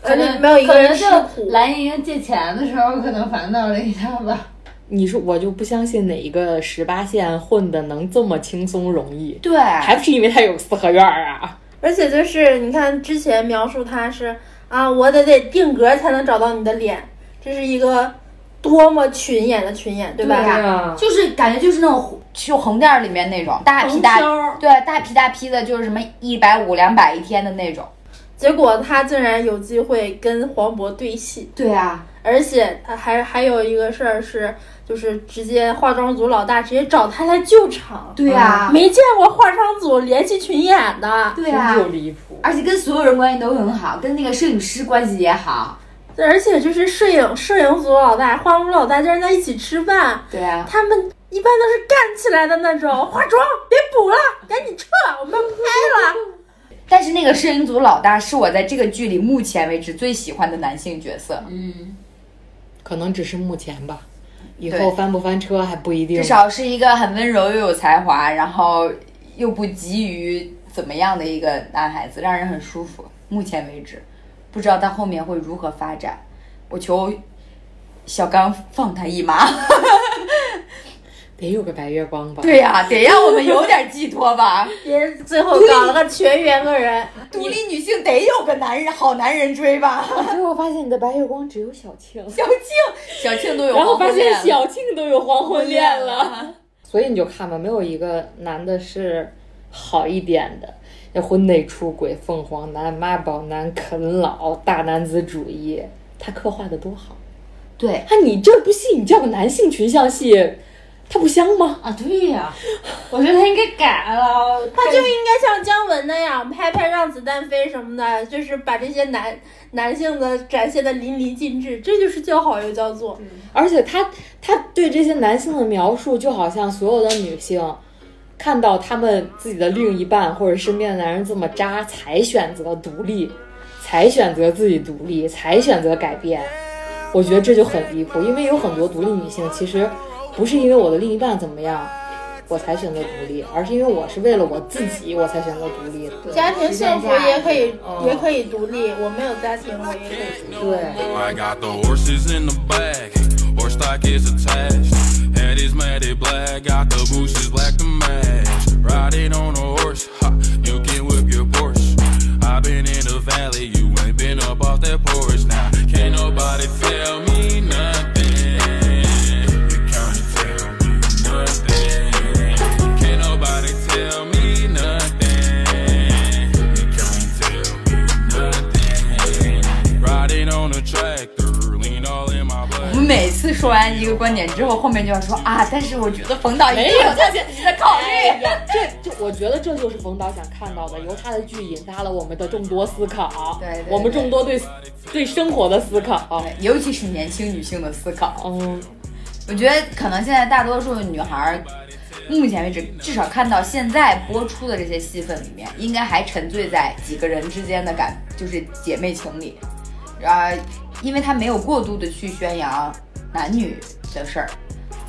S4: 可
S3: 而且
S4: 能
S3: 没有一个人吃
S4: 可能就
S3: 苦。
S4: 蓝莹莹借钱的时候，可能烦恼了一下吧。
S1: 你说我就不相信哪一个十八线混的能这么轻松容易，
S2: 对，
S1: 还不是因为他有四合院儿啊？
S3: 而且就是你看之前描述他是啊，我得得定格才能找到你的脸，这是一个多么群演的群演，对吧？
S2: 对呀
S1: 啊，
S2: 就是感觉就是那种去红店儿里面那种大批大，对，大批大批的，就是什么一百五、两百一天的那种。
S3: 结果他竟然有机会跟黄渤对戏，
S2: 对啊，
S3: 而且呃还还有一个事儿是，就是直接化妆组老大直接找他来救场，
S2: 对啊，
S3: 没见过化妆组联系群演的，
S2: 对
S1: 真
S2: 啊，
S1: 就离谱。
S2: 而且跟所有人关系都很好，跟那个摄影师关系也好。
S3: 而且就是摄影摄影组老大、化妆组老大竟然在一起吃饭，
S2: 对啊，
S3: 他们一般都是干起来的那种，化妆别补了，赶紧撤，我们不拍了。
S2: 但是那个摄影组老大是我在这个剧里目前为止最喜欢的男性角色，
S4: 嗯，
S1: 可能只是目前吧，以
S2: 对
S1: 后翻不翻车还不一定。
S2: 至少是一个很温柔又有才华，然后又不急于怎么样的一个男孩子，让人很舒服。目前为止，不知道他后面会如何发展，我求小刚放他一马。
S1: 得有个白月光吧？
S2: 对呀、得让我们有点寄托吧。
S3: 也最后搞了个全员个人，
S2: 独立女性得有个男人，好男人追吧。
S1: 最后发现你的白月光只有小庆，
S2: 小庆，小庆都有
S1: 然后
S2: 黄
S1: 发
S2: 昏
S1: 现
S2: 恋了，
S1: 小庆都有黄昏恋了。
S2: 了。
S1: 所以你就看吧，没有一个男的是好一点的。要婚内出轨、凤凰男、妈宝男、啃老、大男子主义，他刻画的多好
S2: 对，
S1: 啊！你这部戏你叫个男性群像戏，它不香吗？
S4: 啊，对呀、我觉得他应该改了。
S3: 他就应该像姜文那样拍拍《让子弹飞》什么的，就是把这些男男性的展现的淋漓尽致，这就是叫好又叫座。
S1: 而且他他对这些男性的描述，就好像所有的女性看到他们自己的另一半或者身边的男人这么渣，才选择独立，才选择自己独立，才选择改变。我觉得这就很离谱，因为有很多独立女性其实不是因为我的另一半怎么样。我才选择独立，而是因为我是为了我自己，我才选择独立。
S3: 家庭幸福也可以
S1: 嗯
S3: 也可以独立，我没有家庭我也可以独立。
S1: 对，
S7: I got the horses in the back, horse stock is attached. Head is matted black, got the boots is black to match. Riding on a horse, ha, you can whip your Porsche. i been in the valley, you ain't been up off that porch. Now, can't nobody tell me nothing. You can't tell me nothing. Can't nobody tell me nothing. You can't tell me nothing. Riding on a tractor, lean all in my
S2: 我
S7: blood.
S2: 们每次说完一个观点之后，后面就要说啊，但是我觉得冯导一定有他自己的考虑。
S1: 这这，我觉得这就是冯导想看到的，由他的剧引发了我们的众多思考，
S2: 对对对
S1: 我们众多对对生活的思考。
S2: 尤其是年轻女性的思考，
S1: 嗯，
S2: 我觉得可能现在大多数女孩儿，目前为止至少看到现在播出的这些戏份里面，应该还沉醉在几个人之间的感，就是姐妹情里。啊，因为她没有过度的去宣扬男女的事儿，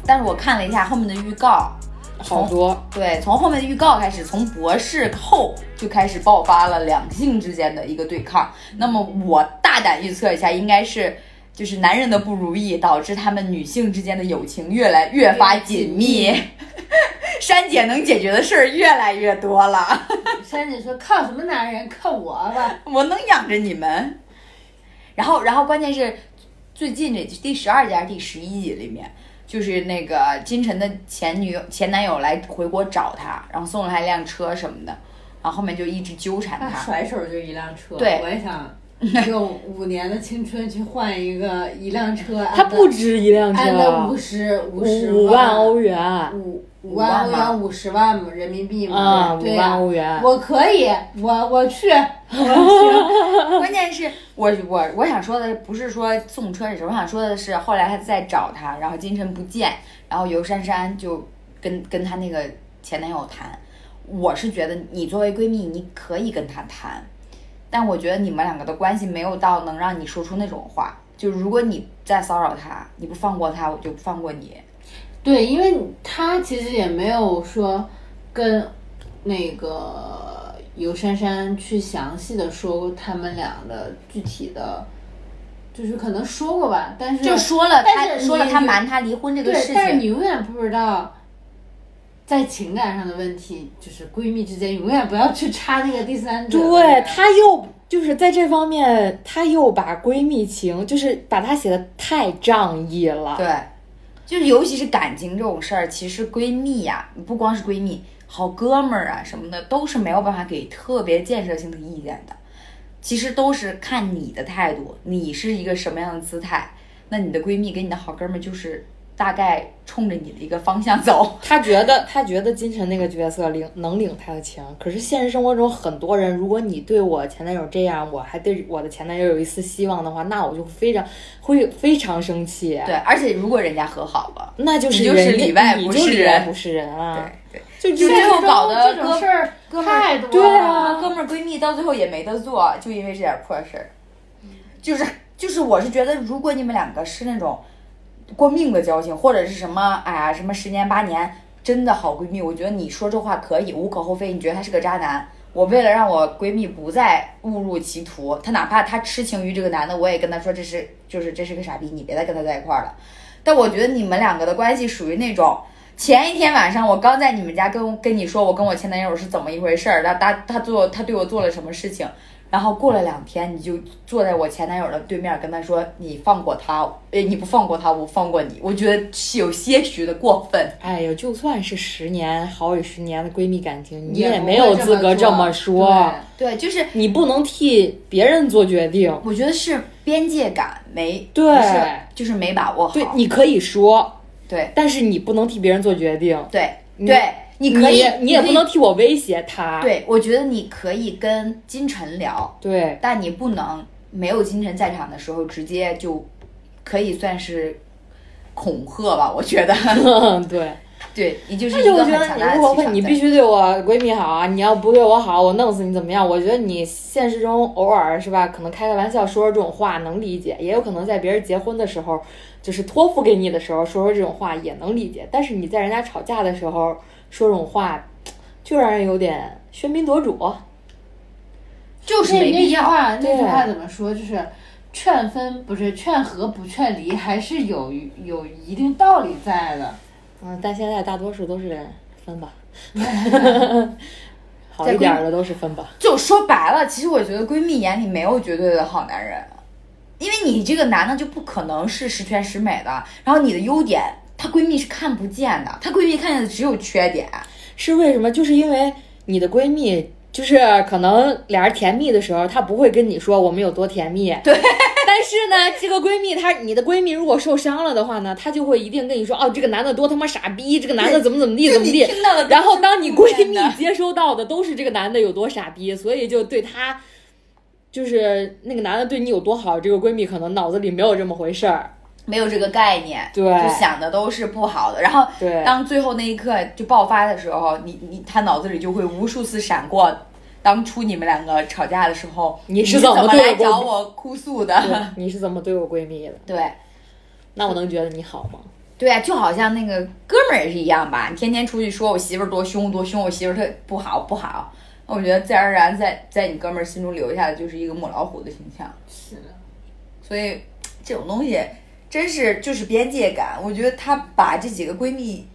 S2: 但是我看了一下后面的预告，
S1: 好多。
S2: 对，从后面的预告开始，从博士后就开始爆发了两性之间的一个对抗。那么我大胆预测一下，应该是就是男人的不如意导致他们女性之间的友情越来越发紧密。 珊姐能解决的事儿越来越多了，
S4: 珊姐说靠什么男人，靠我吧。
S2: 我能养着你们。然后，然后关键是最近这第十二集还是第十一集里面，就是那个金晨的前女友前男友来回国找她，然后送了她一辆车什么的，然后后面就一直纠缠
S4: 他
S2: 她。
S4: 甩手就一辆车，
S2: 对
S4: 我也想用五年的青春去换一个一辆车。
S1: 它不止一辆
S4: 按照
S1: 车啊
S4: 五，十五十
S1: 五万欧
S4: 元，
S1: 元
S4: 五五
S2: 万
S4: 万欧
S2: 吗
S4: 元五十万嘛人民币
S1: 啊，
S4: 嘛，
S1: 五
S4: 对呀、
S1: 万欧元。
S4: 我可以，我我去，我
S2: 关键是我我我想说的不是说送车这事，我想说的是后来他再找他，然后金晨不见，然后尤珊珊就跟跟她那个前男友谈。我是觉得你作为闺蜜，你可以跟他谈，但我觉得你们两个的关系没有到能让你说出那种话。就如果你再骚扰他，你不放过他，我就不放过你。
S4: 去。对，因为他其实也没有说跟那个尤珊珊去详细的说他们俩的具体的，就是可能说过吧，但是
S2: 就说了他
S4: 但是
S2: 说了
S4: 你
S2: 他瞒他离婚这个
S4: 对，
S2: 事
S4: 但是你
S2: 情，
S4: 永远不知道，在情感上的问题，就是闺蜜之间永远不要去插那个第三者。
S1: 对，她又就是在这方面，她又把闺蜜情，就是把她写的太仗义了。
S2: 对，就是尤其是感情这种事儿，其实闺蜜呀、不光是闺蜜，好哥们儿啊什么的，都是没有办法给特别建设性的意见的。其实都是看你的态度，你是一个什么样的姿态，那你的闺蜜跟你的好哥们儿就是大概冲着你的一个方向走。
S1: 他觉得他觉得金晨那个角色领能领他的情，可是现实生活中很多人，如果你对我前男友这样，我还对我的前男友有一丝希望的话，那我就非常会非常生气。
S2: 对，而且如果人家和好了，
S1: 那就是
S2: 你就是
S1: 人
S2: 里外
S1: 你
S2: 不
S1: 就是里外
S2: 人
S1: 不是人啊！
S2: 对，就
S1: 就就
S2: 最后搞得
S4: 这
S2: 哥
S4: 种事儿
S2: 哥们儿
S4: 太多了。
S1: 对啊
S2: 哥们儿闺蜜到最后也没得做，就因为这点儿破事儿。就是就是，我是觉得，如果你们两个是那种过命的交情，或者是什么，哎呀，什么十年八年真的好闺蜜，我觉得你说这话可以，无可厚非。你觉得他是个渣男，我为了让我闺蜜不再误入歧途，她哪怕她痴情于这个男的，我也跟她说这是就是这是个傻逼，你别再跟他在一块儿了。但我觉得你们两个的关系属于那种。前一天晚上，我刚在你们家跟跟你说，我跟我前男友是怎么一回事儿，他他他做他对我做了什么事情，然后过了两天，你就坐在我前男友的对面，跟他说你放过他，诶，你不放过他，我放过你，我觉得是有些许的过分。
S1: 哎呀，就算是十年好几十年的闺蜜感情，你
S4: 也不会
S1: 没有资格这么
S4: 么
S1: 说，
S4: 对
S2: 对，就是
S1: 你不能替别人做决定。
S2: 我觉得是边界感没
S1: 对
S2: 不是就是没把握好。
S1: 对，你可以说，
S2: 对
S1: 但是你不能替别人做决定。
S2: 对
S1: 你
S2: 对，你可以，
S1: 你也
S2: 可
S1: 不
S2: 以
S1: 能。替我威胁他。
S2: 对，我觉得你可以跟金晨聊，
S1: 对
S2: 但你不能没有金晨在场的时候直接就可以算是恐吓吧，我觉得。
S1: 对，
S2: 对你就是
S1: 那
S2: 一
S1: 就
S2: 个
S1: 我
S2: 很
S1: 觉
S2: 强
S1: 得
S2: 大
S1: 你
S2: 的
S1: 无
S2: 气
S1: 可厚非，
S2: 场
S1: 你
S2: 在
S1: 必须对我闺蜜好啊！你要不对我好，我弄死你怎么样？我觉得你现实中偶尔是吧，可能开个玩笑说说这种话能理解，也有可能在别人结婚的时候，就是托付给你的时候说说这种话也能理解，但是你在人家吵架的时候说这种话，就让人有点喧宾夺主。
S2: 就是
S4: 那
S2: 没
S4: 那
S2: 必
S4: 句
S2: 要。
S4: 话，那句
S1: 对
S4: 话怎么说？就是劝分不是劝和不劝离，还是有有一定道理在的。
S1: 嗯，但现在大多数都是分吧， 好一点儿的都是分吧。
S2: 就说白了，其实我觉得闺蜜眼里没有绝对的好男人，因为你这个男的就不可能是十全十美的，然后你的优点她闺蜜是看不见的，她闺蜜看见的只有缺点。
S1: 是为什么？就是因为你的闺蜜，就是可能俩人甜蜜的时候，她不会跟你说我们有多甜蜜。对。但是呢，这个闺蜜她，你的闺蜜如果受伤了的话呢，她就会一定跟你说，哦，这个男的多他妈傻逼，这个男的怎么怎么地，
S2: 就
S1: 怎么
S2: 你
S1: 地。
S2: 听到的都
S1: 然后
S2: 是
S1: 当你
S2: 负
S1: 闺
S2: 面
S1: 蜜
S2: 的
S1: 接收到的都是这个男的有多傻逼，所以就对她，就是那个男的对你有多好，这个闺蜜可能脑子里没有这么回事儿。
S2: 没有这个概念，
S1: 对
S2: 就想的都是不好的。然后，
S1: 对
S2: 当最后那一刻就爆发的时候，你你他脑子里就会无数次闪过，当初你们两个吵架的时候，
S1: 你是
S2: 是
S1: 怎么
S2: 么
S1: 对
S2: 来
S1: 我
S2: 找我哭诉
S1: 对
S2: 的？
S1: 你是怎么对我闺蜜的？
S2: 对
S1: 那我能觉得你好吗？
S2: 对啊，就好像那个哥们儿也是一样吧，你天天出去说我媳妇儿多凶多凶，我媳妇儿特不好不好。那我觉得自然而然在在你哥们儿心中留下的就是一个母老虎的形象，
S4: 是的，
S2: 所以这种东西真是就是边界感。我觉得她把这几个闺蜜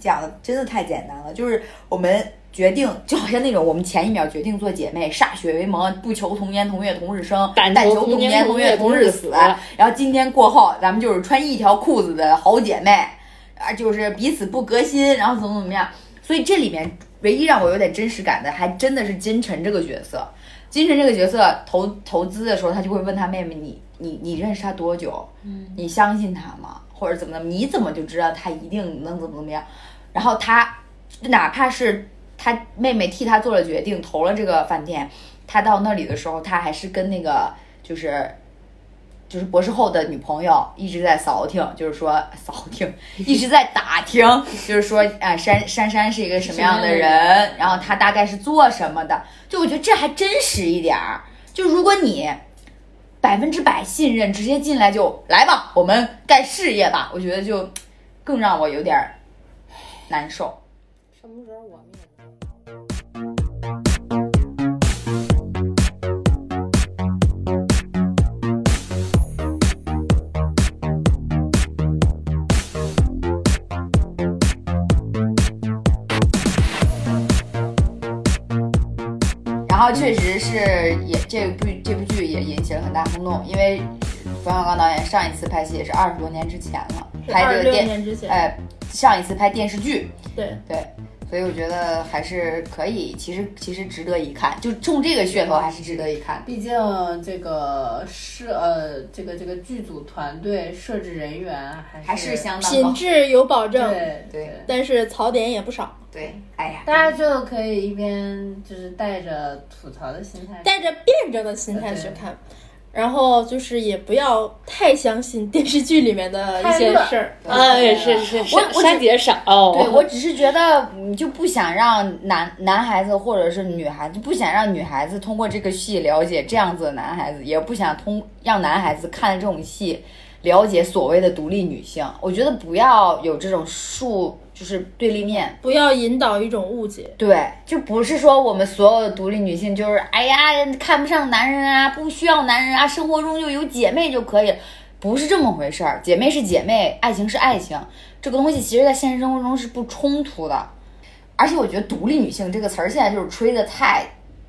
S2: 讲的真的太简单了，就是我们决定，就好像那种我们前一秒决定做姐妹，歃血为盟，不求同年同月同日生，
S1: 但
S2: 但
S1: 求
S2: 求
S1: 同年
S2: 年
S1: 同
S2: 同
S1: 月
S2: 月
S1: 同
S2: 同
S1: 日
S2: 日死。
S1: 死
S2: 然后今天过后，咱们就是穿一条裤子的好姐妹，啊，就是彼此不革新，然后怎么怎么样。所以这里面唯一让我有点真实感的，还真的是金晨这个角色。金晨这个角色投投资的时候，他就会问他妹妹：“你你你认识他多久？你相信他吗？或者怎么怎么？你怎么就知道他一定能怎么怎么样？”然后他哪怕是他妹妹替他做了决定，投了这个饭店，他到那里的时候，他还是跟那个就是就是博士后的女朋友一直在扫听，就是说扫听，一直在打听，就是说啊，珊珊珊是一个什么样的
S4: 什么
S2: 人，
S4: 样
S2: 然后她大概是做什么的，就我觉得这还真实一点儿。就如果你百分之百信任，直接进来就来吧，我们干事业吧，我觉得就更让我有点儿难受。
S1: 什么时候我们也？
S2: 然后确实是也这部这部剧也引起了很大轰动，因为冯小刚导演上一次拍戏也是二十多年之前了，拍
S6: 二
S2: 这
S6: 十
S2: 个
S6: 六
S2: 电
S6: 年之前，
S2: 哎、上一次拍电视剧，
S6: 对，
S2: 对，所以我觉得还是可以，其实其实值得一看，就冲这个噱头还是值得一看。
S4: 毕竟这个是呃，这个这个剧组团队设置人员还是
S2: 还是相当
S6: 品
S2: 高
S6: 质有保证，
S4: 对
S2: 对
S6: 但是槽点也不少，
S2: 对，哎呀，
S4: 大家就可以一边就是带着吐槽的心态，
S6: 带着辩证的心态去
S2: 呃
S6: 看。然后就是也不要太相信电视剧里面的一些事儿，啊
S1: 哎，是是是，
S2: 我我只
S1: 珊姐傻哦，
S2: 对我只是觉得你就不想让男男孩子或者是女孩子，不想让女孩子通过这个戏了解这样子的男孩子，也不想通让男孩子看这种戏了解所谓的独立女性。我觉得不要有这种树，就是对立面。
S6: 不要引导一种误解。
S2: 对，就不是说我们所有的独立女性就是哎呀看不上男人啊，不需要男人啊，生活中就有姐妹就可以，不是这么回事儿。姐妹是姐妹，爱情是爱情，这个东西其实在现实生活中是不冲突的。而且我觉得“独立女性”这个词儿现在就是吹的太、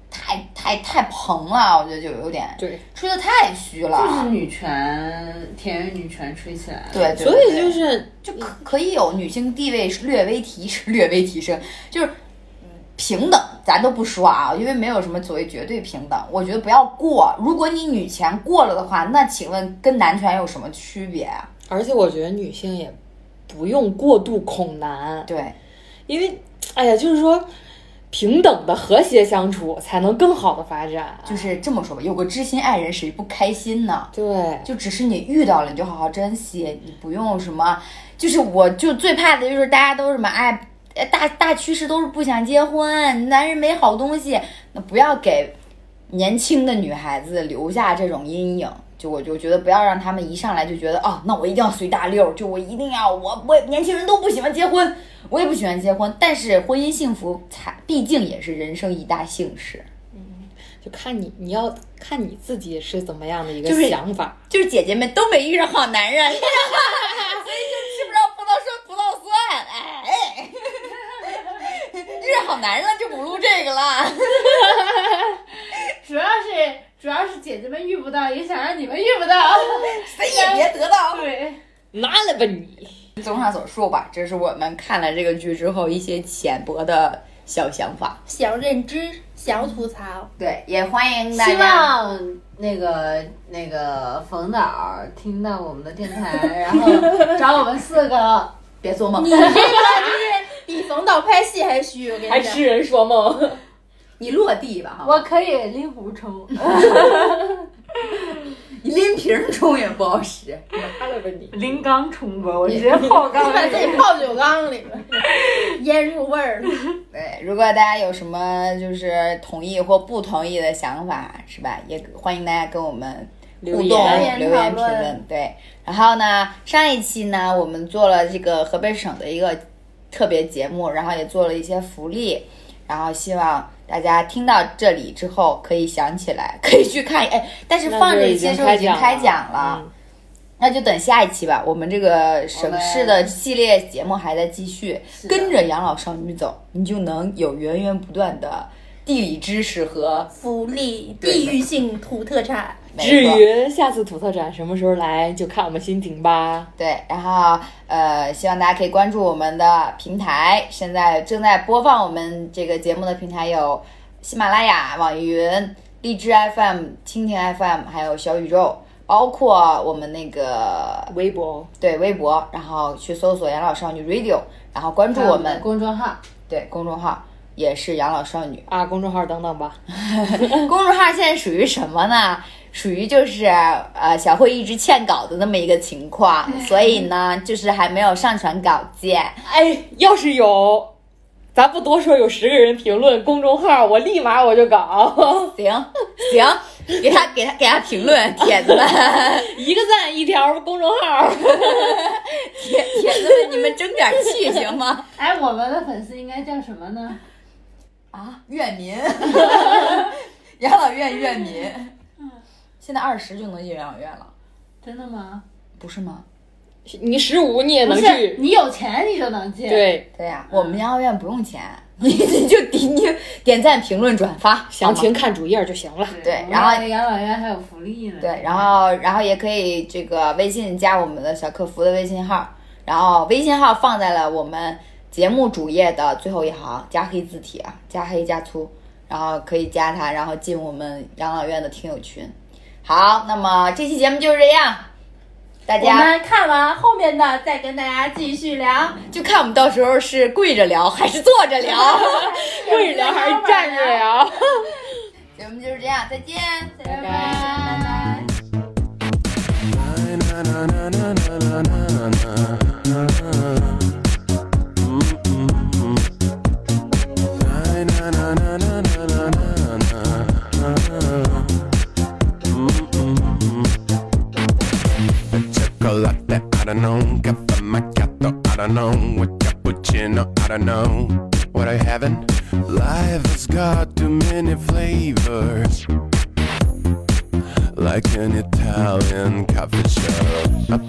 S2: 太、太、太蓬了，我觉得就有点
S1: 对，
S2: 吹的太虚了。
S4: 就是女权田园女权吹起来了。
S2: 对，对
S1: 所以
S2: 对
S1: 就是
S2: 就可可以有女性地位略微提升， 略微提升，就是嗯平等，咱都不说啊，因为没有什么所谓绝对平等。我觉得不要过，如果你女权过了的话，那请问跟男权有什么区别啊？
S1: 而且我觉得女性也不用过度恐男，
S2: 对，
S1: 因为哎呀，就是说平等的和谐相处才能更好的发展。
S2: 就是这么说吧，有个知心爱人谁不开心呢？
S1: 对，
S2: 就只是你遇到了，你就好好珍惜，你不用什么。就是我就最怕的就是大家都是什么哎，哎大大趋势都是不想结婚，男人没好东西，那不要给年轻的女孩子留下这种阴影。就我就觉得不要让他们一上来就觉得哦，那我一定要随大溜儿，就我一定要我我年轻人都不喜欢结婚，我也不喜欢结婚，但是婚姻幸福才毕竟也是人生一大幸事。
S1: 就看你你要看你自己是怎么样的一
S2: 就
S1: 个
S2: 是
S1: 想法。
S2: 就是姐姐们都没遇上好男 人，所以就吃不着葡萄说葡萄酸， 哎，遇上好男人了就不录这个了。
S4: 主要是主要是姐姐们遇不到，也想让你们遇不到。
S2: 谁也别得到。
S4: 对，
S1: 拿来吧你！
S2: 综上所述吧，这是我们看了这个剧之后一些浅薄的小想法。
S6: 想认知，想吐槽，
S2: 对，也欢迎大
S4: 希
S2: 家。
S4: 望那个那个冯导听到我们的电 台，然后找我们四个。
S2: 别做梦，
S6: 比冯导拍戏还虚，我跟你讲。
S1: 人说梦，
S2: 你落地吧哈，
S4: 我可以拎壶冲，
S2: 你拎瓶冲也不好使。
S1: 拿来吧你！
S4: 拎缸冲吧，我直接泡缸
S6: 把自己泡酒缸里了， 腌入味儿了。
S2: 对，如果大家有什么就是同意或不同意的想法，是吧？也欢迎大家跟我们
S1: 留
S2: 互动、
S1: 言
S2: 留言评论。对，然后呢，上一期呢，我们做了这个河北省的一个特别节目，然后也做了一些福利，然后希望大家听到这里之后可以想起来，可以去看。哎，但是放这一期的时候已经开奖了，
S1: 嗯
S2: 那就等下一期吧，我们这个省市的系列节目还在继续，
S4: 的
S2: 跟着养老少女走，你就能有源源不断的地理知识和
S6: 福利
S2: 对
S6: 地域性土特产。
S2: 没
S1: 至
S2: 错
S1: 于下次土特展什么时候来，就看我们心情吧。
S2: 对，然后呃，希望大家可以关注我们的平台，现在正在播放我们这个节目的平台有喜马拉雅、网易云、荔枝 FM、蜻蜓 FM，还有小宇宙，包括我们那个
S1: 微博，
S2: 对微博，然后去搜索“养老少女 Radio”，然后关注我们
S4: 公众号，
S2: 对公众号。也是养老少女
S1: 啊，公众号等等吧。
S2: 公众号，现在属于什么呢？属于就是呃小慧一直欠稿的那么一个情况，所以呢就是还没有上传稿件。
S1: 哎，要是有，咱不多说，有十个人评论公众号，我立马我就搞
S2: 行行，给他给他给他评论，铁子们，
S1: 一个赞一条公众号。
S2: 铁铁子们，你们争点气行吗？
S4: 哎，我们的粉丝应该叫什么呢？
S2: 啊，怨民， 养老院怨民，嗯现在二十就能进养老院了，
S4: 真的吗？
S2: 不是吗？
S1: 你十五你也
S4: 不
S1: 能
S4: 是，
S1: 去，
S4: 你有钱你就能进。，
S1: 对，
S2: 对呀、我们养老院不用钱，你你就点你就点赞、评论、转发，
S1: 详
S2: 好吗。
S1: 情看主页就行了。
S2: 对
S4: 我们
S2: 然后
S4: 那个嗯养老院还有福利呢。
S2: 对，然后然后也可以这个微信加我们的小客服的微信号，然后微信号放在了我们节目主页的最后一行，加黑字体啊，加黑加粗，然后可以加他，然后进我们养老院的听友群。好，那么这期节目就是这样，大
S6: 我
S2: 家
S6: 们看完后面的再跟大家继续聊。
S2: 就看我们到时候是跪着聊还是坐着聊。
S1: 跪着聊还是站着聊？
S2: 节目就是这样，再见，拜
S1: 拜
S2: 拜拜。
S7: Chocolate, I don't know. Caffè macchiato, I don't know. With cappuccino, I don't know. What I having? Life has got too many flavors. Like an Italian coffee shop.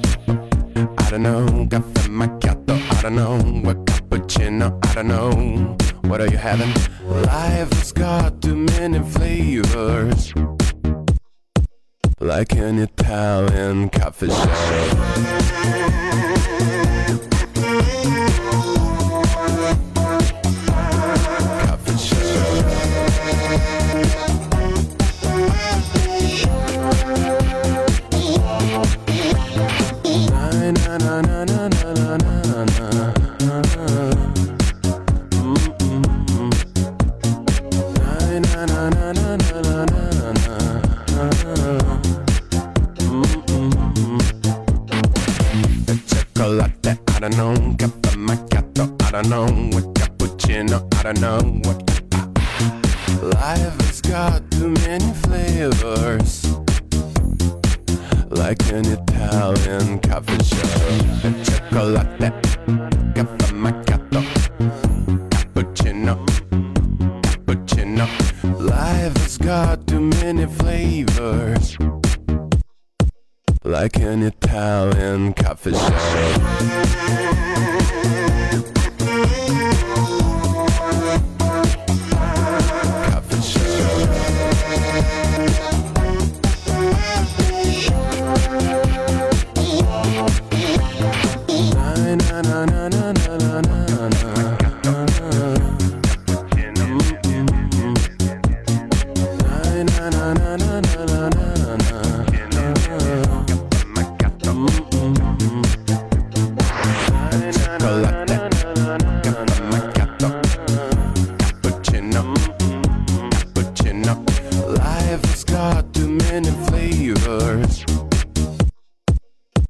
S7: I don't know. Caffè macchiato, I don't know. With cappuccino, I don't know. What are you having? Life has got too many flavors. Like an Italian coffee shop. coffee shop. Na, na, na, na, na, na, na, na, na. Mm, mm, mm. Na, na, na, na, na, na, na, na, na. Mm, mm, mm. Chocolate, I don't know. Caffè macchiato, I don't know. With cappuccino, I don't know. What Life has got too many flavors. Like an Italian coffee shop. Chocolate, caffè macchiato, cappuccino, cappuccino. Life has got too many flavors. Like an Italian coffee shop. Coffee shop. Na, na, na, na, na, na, na, na, na.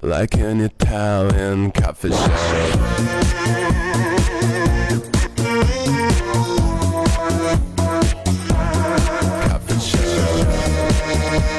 S7: Like an Italian coffee shop. Coffee shop.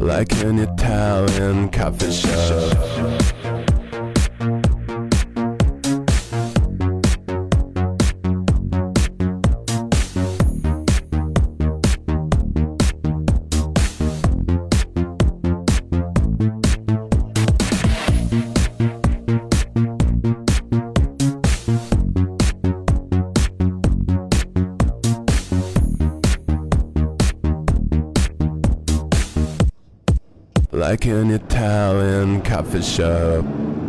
S7: like an Italian coffee shop. like an Italian coffee shop.